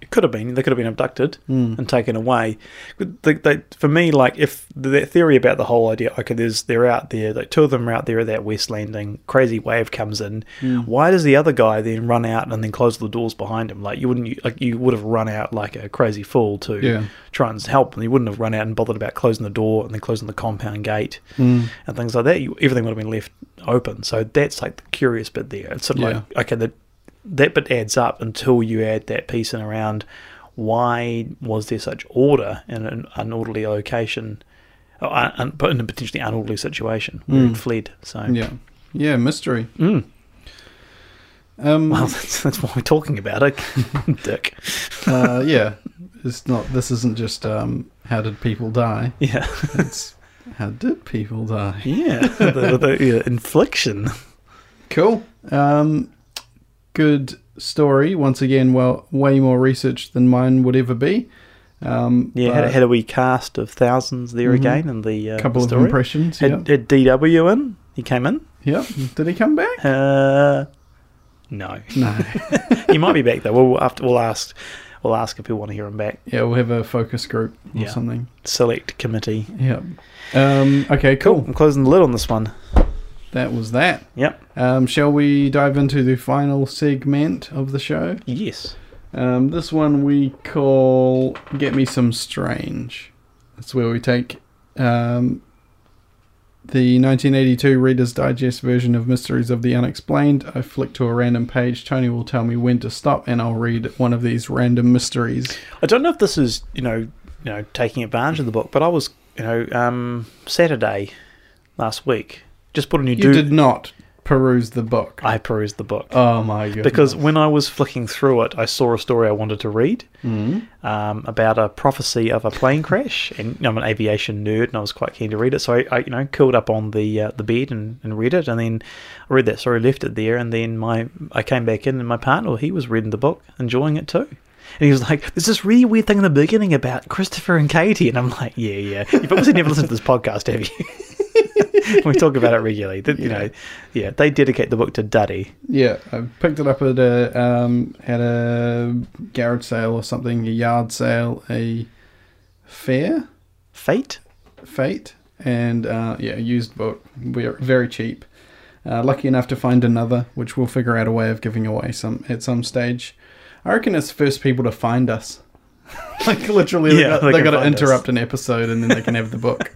S2: It could have been they could have been abducted and taken away. But They, they, for me, like if the theory about the whole idea, okay, there's they're out there, like two of them are out there at that west landing. Crazy wave comes in. Why does the other guy then run out and then close the doors behind him? Like you wouldn't, like you would have run out like a crazy fool to
S1: Yeah.
S2: try and help, and you wouldn't have run out and bothered about closing the door and then closing the compound gate and things like that. You, everything would have been left open. So that's like the curious bit there. It's sort of
S1: Yeah.
S2: like okay, that that bit adds up until you add that piece in around why was there such order in an unorderly location, or un, un- but in a potentially unorderly situation where it fled. So
S1: Hmm. Yeah. Yeah, mystery.
S2: Mm.
S1: Um,
S2: well, that's, that's why we're talking about it, Dick.
S1: uh, yeah, it's not. This isn't just um, how did people die.
S2: Yeah,
S1: It's How did people die?
S2: Yeah, the, the, yeah, infliction.
S1: Cool. Um, good story. Once again, well, way more research than mine would ever be. Um,
S2: Yeah, had,
S1: but
S2: had a wee cast of thousands there
S1: Mhm.
S2: again in the uh,
S1: couple
S2: story.
S1: of impressions.
S2: Had,
S1: Yeah.
S2: had DW in. He came in.
S1: Yep. Did he come back?
S2: Uh, no,
S1: No.
S2: he might be back though. We'll after we'll ask we'll ask if we want to hear him back.
S1: yeah, we'll have a focus group or
S2: Yeah.
S1: something.
S2: Select committee.
S1: Yeah. Um, okay,
S2: Cool.
S1: cool.
S2: I'm closing the lid on this one.
S1: That was that.
S2: Yep.
S1: Um, shall we dive into the final segment of the show?
S2: Yes.
S1: Um, this one we call Get Me Some Strange. That's where we take um, the 1982 Reader's Digest version of Mysteries of the Unexplained. I flick to a random page. Tony will tell me when to stop, and I'll read one of these random mysteries.
S2: I don't know if this is you know you know taking advantage of the book, but I was you know um, Saturday last week just put a new
S1: You
S2: dude.
S1: did not peruse the book.
S2: I perused the book.
S1: oh my god.
S2: because when I was flicking through it, I saw a story I wanted to read um, about a prophecy of a plane crash, and I'm an aviation nerd, and I was quite keen to read it. So I, I you know, curled up on the uh, the bed and, and read it, and then I read that story, left it there, and then my I came back in, and my partner he was reading the book, enjoying it too. And he was like, "There's this really weird thing in the beginning about Christopher and Katie," and I'm like, "Yeah, yeah. You've obviously never listened to this podcast, have you?" we talk about it regularly. That, You
S1: Yeah.
S2: know, yeah. They dedicate the book to Duddy.
S1: Yeah, I picked it up at a um, at a garage sale or something, a yard sale, a fair,
S2: Fate.
S1: fate, and uh, yeah, used book, We're very cheap. Uh, lucky enough to find another, which we'll figure out a way of giving away some at some stage. I reckon it's first people to find us. like literally,
S2: Yeah,
S1: they, got, they
S2: they can
S1: got to
S2: find us.
S1: interrupt an episode and then they can have the book.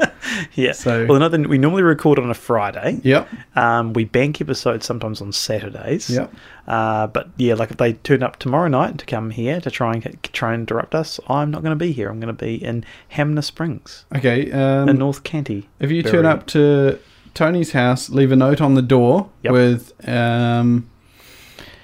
S2: Yeah.
S1: So-
S2: well, another we normally record on a Friday.
S1: yep,
S2: Um, we bank episodes sometimes on Saturdays.
S1: Yep.
S2: Uh, but yeah, like if they turn up tomorrow night to come here to try and try and interrupt us, I'm not going to be here. I'm going to be in Hamner Springs
S1: okay.
S2: in
S1: Um,
S2: North Canty.
S1: If you
S2: Very-
S1: turn up to Tony's house, leave a note on the door
S2: Yep.
S1: with um,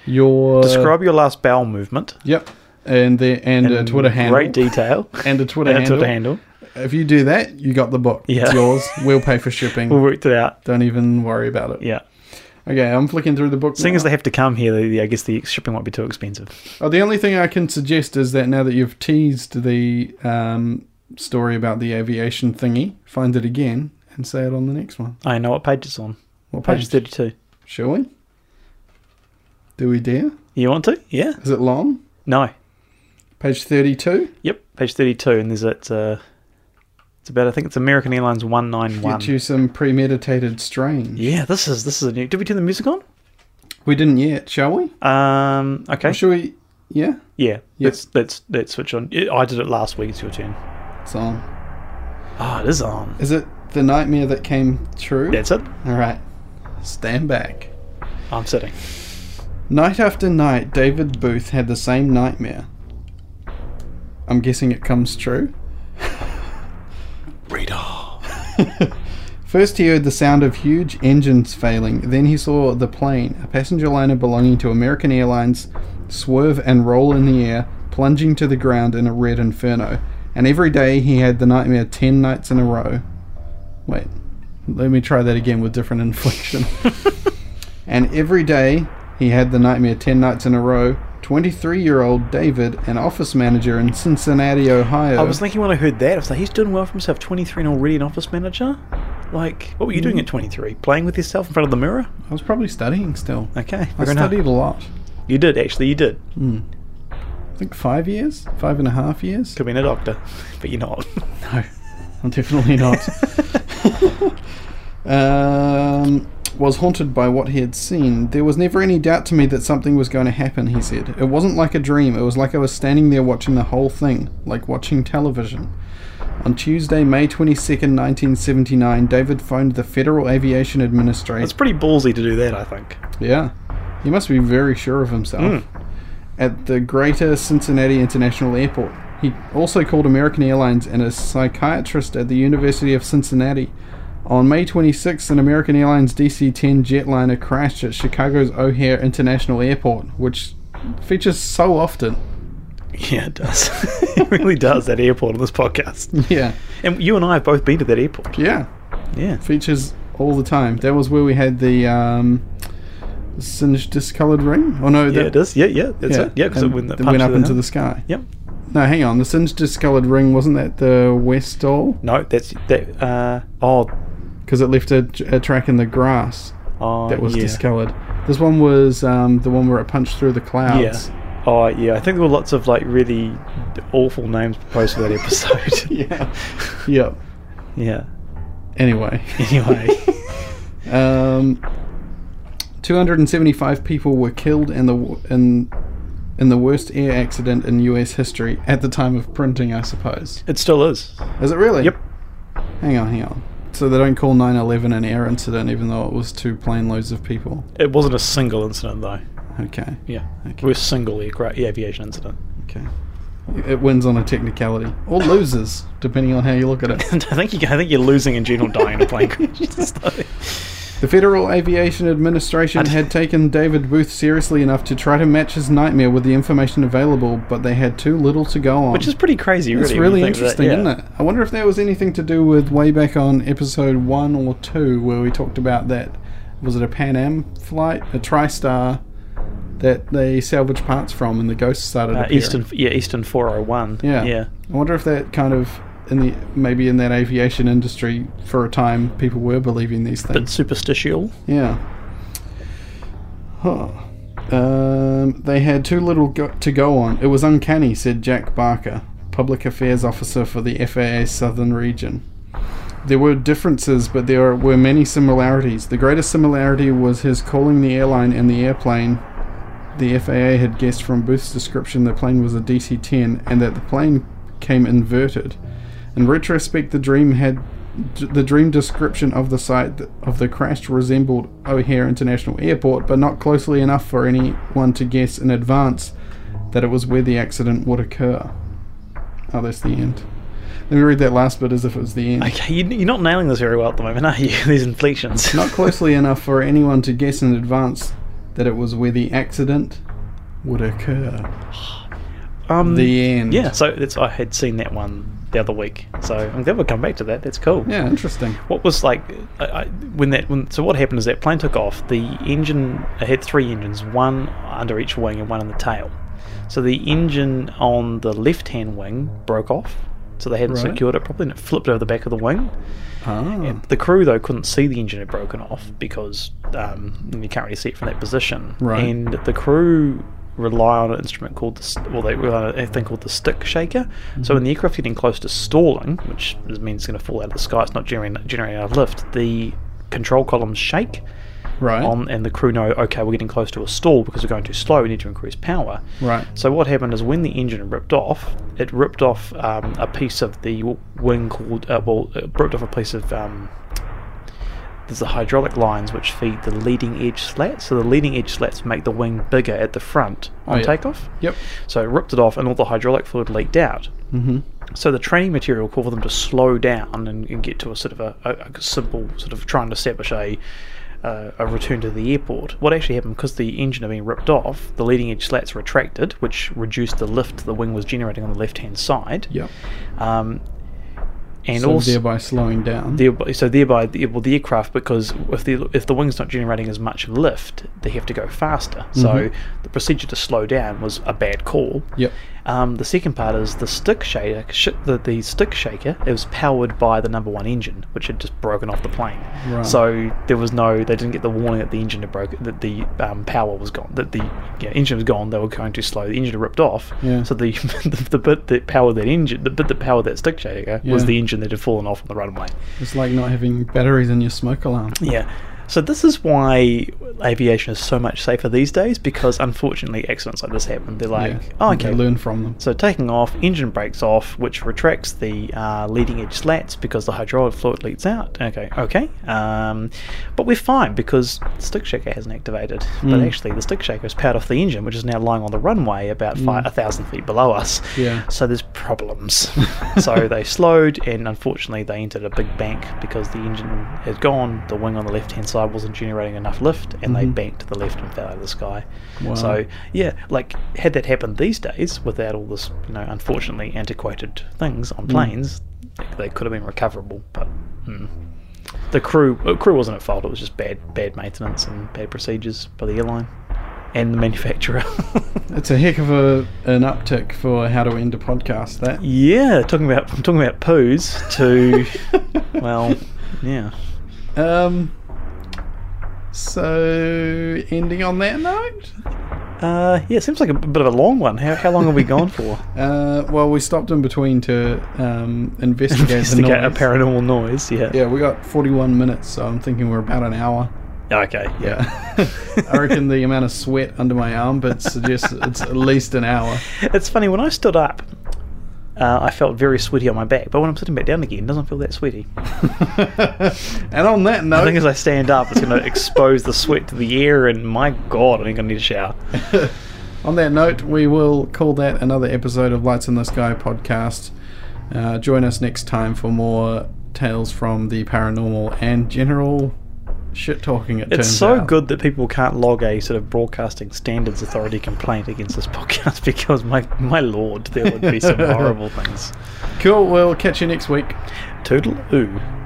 S1: your
S2: describe your last bowel movement
S1: Yep, and the and a
S2: in
S1: Twitter handle
S2: Great detail.
S1: and a Twitter
S2: and a
S1: handle. Mm.
S2: Twitter handle.
S1: If you do that, you got the book.
S2: Yeah.
S1: It's yours. We'll pay for
S2: We
S1: shipping.
S2: worked it out.
S1: Don't even worry about it.
S2: Yeah.
S1: Okay, I'm flicking through the book.
S2: Seeing
S1: now.
S2: as they have to come here, the, the- I guess the shipping won't be too expensive.
S1: Oh, the only thing I can suggest is that now that you've teased the um, story about the aviation thingy, find it again and say it on the next one.
S2: I know what page it's on.
S1: What
S2: Page
S1: page?
S2: thirty-two.
S1: Shall we? Do we dare?
S2: You want to? Yeah.
S1: Is it long?
S2: No.
S1: Page 32.
S2: Yep, page thirty-two, and there's that. Uh, it's about I think it's American Airlines one nine one.
S1: Get you some premeditated strange.
S2: Yeah, this is this is a new. Did we turn the music on?
S1: We didn't yet, shall we?
S2: Um, okay,
S1: Or should we? Yeah,
S2: yeah,
S1: Yeah.
S2: let's let's let's switch on. Yeah, I did it last week. It's your turn.
S1: it's on.
S2: Ah, it is on.
S1: Is it the nightmare that came true?
S2: That's it.
S1: All right. Stand back.
S2: I'm sitting.
S1: Night after night, David Booth had the same nightmare. I'm guessing it comes true.
S2: Read
S1: First, he heard the sound of huge engines failing. Then he saw the plane, a passenger liner belonging to American Airlines, swerve and roll in the air, plunging to the ground in a red inferno. And every day he had the nightmare ten nights in a row. Wait, let me try that again with different inflection. and every day he had the nightmare ten nights in a row. 23 year old David, an office manager in Cincinnati, Ohio.
S2: I was thinking when I heard that, I was like, he's doing well for himself. Twenty-three and already an office manager. Like, what were you doing at twenty-three? Playing with yourself in front of the mirror?
S1: I was probably studying still.
S2: Okay,
S1: I
S2: fair enough.
S1: studied a lot.
S2: You did actually. You did.
S1: I think five years, five and a half years.
S2: Could have been a doctor, but you're not.
S1: No, I'm definitely not. um, was haunted by what he had seen. There was never any doubt to me that something was going to happen, he said. It wasn't like a dream, it was like I was standing there watching the whole thing, like watching television. On Tuesday, May 22nd, 1979, David phoned the Federal Aviation
S2: It's
S1: Administration.
S2: pretty ballsy to do that. I think.
S1: Yeah. He must be very sure of himself.
S2: Hmm.
S1: At the Greater Cincinnati International Airport. He also called American Airlines and a psychiatrist at the University of Cincinnati. On May 26th, an American Airlines DC 10 jetliner crashed at Chicago's O'Hare International Airport, which features so often.
S2: Yeah, it does. it really does, that airport on this podcast.
S1: Yeah.
S2: And you and I have both been to that airport.
S1: Yeah.
S2: Yeah.
S1: features all the time. That was where we had the um, singed discolored ring. Oh no,
S2: Yeah,
S1: that,
S2: it is. Yeah, yeah, that's it. Yeah, because it
S1: and
S2: went, that
S1: that
S2: punched
S1: went up
S2: the
S1: into
S2: hand.
S1: the sky.
S2: Yep.
S1: No, hang on. The singed discolored ring wasn't that the west doll
S2: No, that's that. Uh, oh,
S1: because it left a, a track in the grass
S2: oh,
S1: that was
S2: yeah.
S1: discolored. This one was um, the one where it punched through the clouds.
S2: Yeah. Oh, yeah. I think there were lots of like really awful names proposed for that episode.
S1: Yeah. yep.
S2: yeah.
S1: Anyway.
S2: Anyway.
S1: Um, 275 people were killed in the w- in in the worst air accident in U.S. history at the time of printing, I suppose.
S2: It still is.
S1: Is it really?
S2: Yep.
S1: Hang on, hang on. So they don't call 9/11 an air incident, even though it was two plane loads of people.
S2: It wasn't a single incident though.
S1: Okay.
S2: Yeah.
S1: Okay.
S2: Worst single aircraft aviation incident.
S1: Okay. It wins on a technicality or loses, depending on how you look at it.
S2: I think you, I think you're losing in general dying in a plane crash. It's like-
S1: The Federal Aviation Administration had taken David Booth seriously enough to try to match his nightmare with the information available, but they had too little to go on.
S2: Which is pretty crazy, really.
S1: It's
S2: when you
S1: really
S2: think of
S1: interesting,
S2: yeah.
S1: isn't it? I wonder if there was anything to do with way back on episode one or two where we talked about that. Was it a Pan Am flight, a TriStar, that they salvaged parts from, and the ghosts started
S2: Uh,
S1: appearing?
S2: Eastern, yeah, Eastern 401.
S1: Yeah.
S2: Yeah.
S1: I wonder if that kind of in the maybe in that aviation industry for a time people were believing these
S2: Bit
S1: things.
S2: superstitial.
S1: yeah. Huh. Um, they had too little go- to go on. It was uncanny, said Jack Barker, public affairs officer for the FAA Southern Region. There were differences, but there were many similarities. The greatest similarity was his calling the airline and the airplane. The FAA had guessed from Booth's description the plane was a DC 10 and that the plane came inverted. In retrospect, the dream had the dream description of the site of the crash resembled O'Hare International Airport, but not closely enough for anyone to guess in advance that it was where the accident would occur. Oh, that's the end. Let me read that last bit as if it was the end.
S2: Okay, you, you're not nailing this very well at the moment, are you? These inflections.
S1: Not closely enough for anyone to guess in advance that it was where the accident would occur.
S2: um,
S1: The end.
S2: Yeah, so that's I had seen that one the other week. So I'm glad we'll come back to that. That's cool.
S1: Yeah, interesting.
S2: What was like I, I, when that when so what happened is that plane took off. The engine it had three engines, one under each wing and one in the tail. So the engine on the left hand wing broke off. So they hadn't
S1: Right.
S2: secured it properly, and it flipped over the back of the wing.
S1: Ah.
S2: The crew though couldn't see the engine had broken off because um, you can't really see it from that position.
S1: Right.
S2: And the crew rely on an instrument called the st- well they rely on a thing called the stick shaker. So when the aircraft getting close to stalling, which is- means it's going to fall out of the sky, it's not generating generating enough lift. The control columns shake.
S1: Right.
S2: On, and the crew know, okay, we're getting close to a stall because we're going too slow. We need to increase power.
S1: Right.
S2: So what happened is when the engine ripped off, it ripped off um, a piece of the wing called uh, well, it ripped off a piece of um, there's the hydraulic lines which feed the leading edge slats. So the leading edge slats make the wing bigger at the front on
S1: yeah.
S2: takeoff.
S1: Yep.
S2: So it ripped it off, and all the hydraulic fluid leaked out.
S1: Mm-hmm.
S2: So the training material called for them to slow down and, and get to a sort of a, a, a simple sort of trying to establish a uh, a return to the airport. What actually happened because the engine had been ripped off, the leading edge slats retracted, which reduced the lift the wing was generating on the left hand side.
S1: Yep.
S2: Um, and
S1: so
S2: also
S1: thereby slowing down.
S2: thereby, so thereby the, well, the aircraft because if the if the wing's not generating as much lift, they have to go faster. So
S1: Mhm.
S2: the procedure to slow down was a bad call.
S1: yep.
S2: Um, the second part is the stick shaker. Sh- the, the stick shaker it was powered by the number one engine, which had just broken off the plane.
S1: Right.
S2: So there was no, they didn't get the warning that the engine had broke, that the um, power was gone, that the yeah, engine was gone. They were going too slow. The engine had ripped off.
S1: Yeah.
S2: So the, the the bit that powered that engine, the bit that powered that stick shaker, was
S1: Yeah.
S2: the engine that had fallen off on the runway.
S1: It's like not having batteries in your smoke alarm.
S2: Yeah. So this is why aviation is so much safer these days because unfortunately accidents like this happen. They're like,
S1: yeah.
S2: oh, okay,
S1: They learn from them.
S2: so taking off, engine brakes off, which retracts the uh, leading edge slats because the hydraulic fluid leaks out. Okay, okay. Um, but we're fine because the stick shaker hasn't activated. But
S1: Mm.
S2: actually, the stick shaker has powered off the engine, which is now lying on the runway about fi a thousand feet below us.
S1: Yeah.
S2: So there's problems. so they slowed, and unfortunately, they entered a big bank because the engine had gone. The wing on the left hand side wasn't generating enough lift, and they
S1: Mhm.
S2: banked to the left and fell out of the sky.
S1: Wow.
S2: So yeah, like had that happened these days without all this, you know, unfortunately antiquated things on planes, they could have been recoverable. But mm. the crew uh, crew wasn't at fault. It was just bad bad maintenance and bad procedures by the airline and the manufacturer.
S1: It's a heck of a an uptick for how to end a podcast. That
S2: yeah, talking about from talking about poos to well, yeah.
S1: Um. So ending on that note.
S2: Uh, yeah, seems like a b- bit of a long one. How, how long are we gone for?
S1: Uh, well, we stopped in between to um, investigate,
S2: Investigate
S1: the
S2: a
S1: noise.
S2: paranormal noise. Yeah.
S1: yeah, we got 41 minutes, so I'm thinking we're about an hour.
S2: Okay. Yeah.
S1: Yeah. I reckon the amount of sweat under my armpits suggests it's at least an hour.
S2: It's funny when I stood up, uh, I felt very sweaty on my back, but when I'm sitting back down again, it doesn't feel that sweaty.
S1: and on that
S2: I
S1: note,
S2: think as I stand up, it's going to expose the sweat to the air, and my god, I think I need a shower.
S1: on that note, we will call that another episode of Lights in the Sky podcast. Uh, join us next time for more tales from the paranormal and general shit talking. It
S2: It's
S1: turns
S2: so
S1: out.
S2: good that people can't log a sort of broadcasting standards authority complaint against this podcast because my my lord, there would be some horrible things.
S1: Cool. We'll catch you next week.
S2: Toodle oo.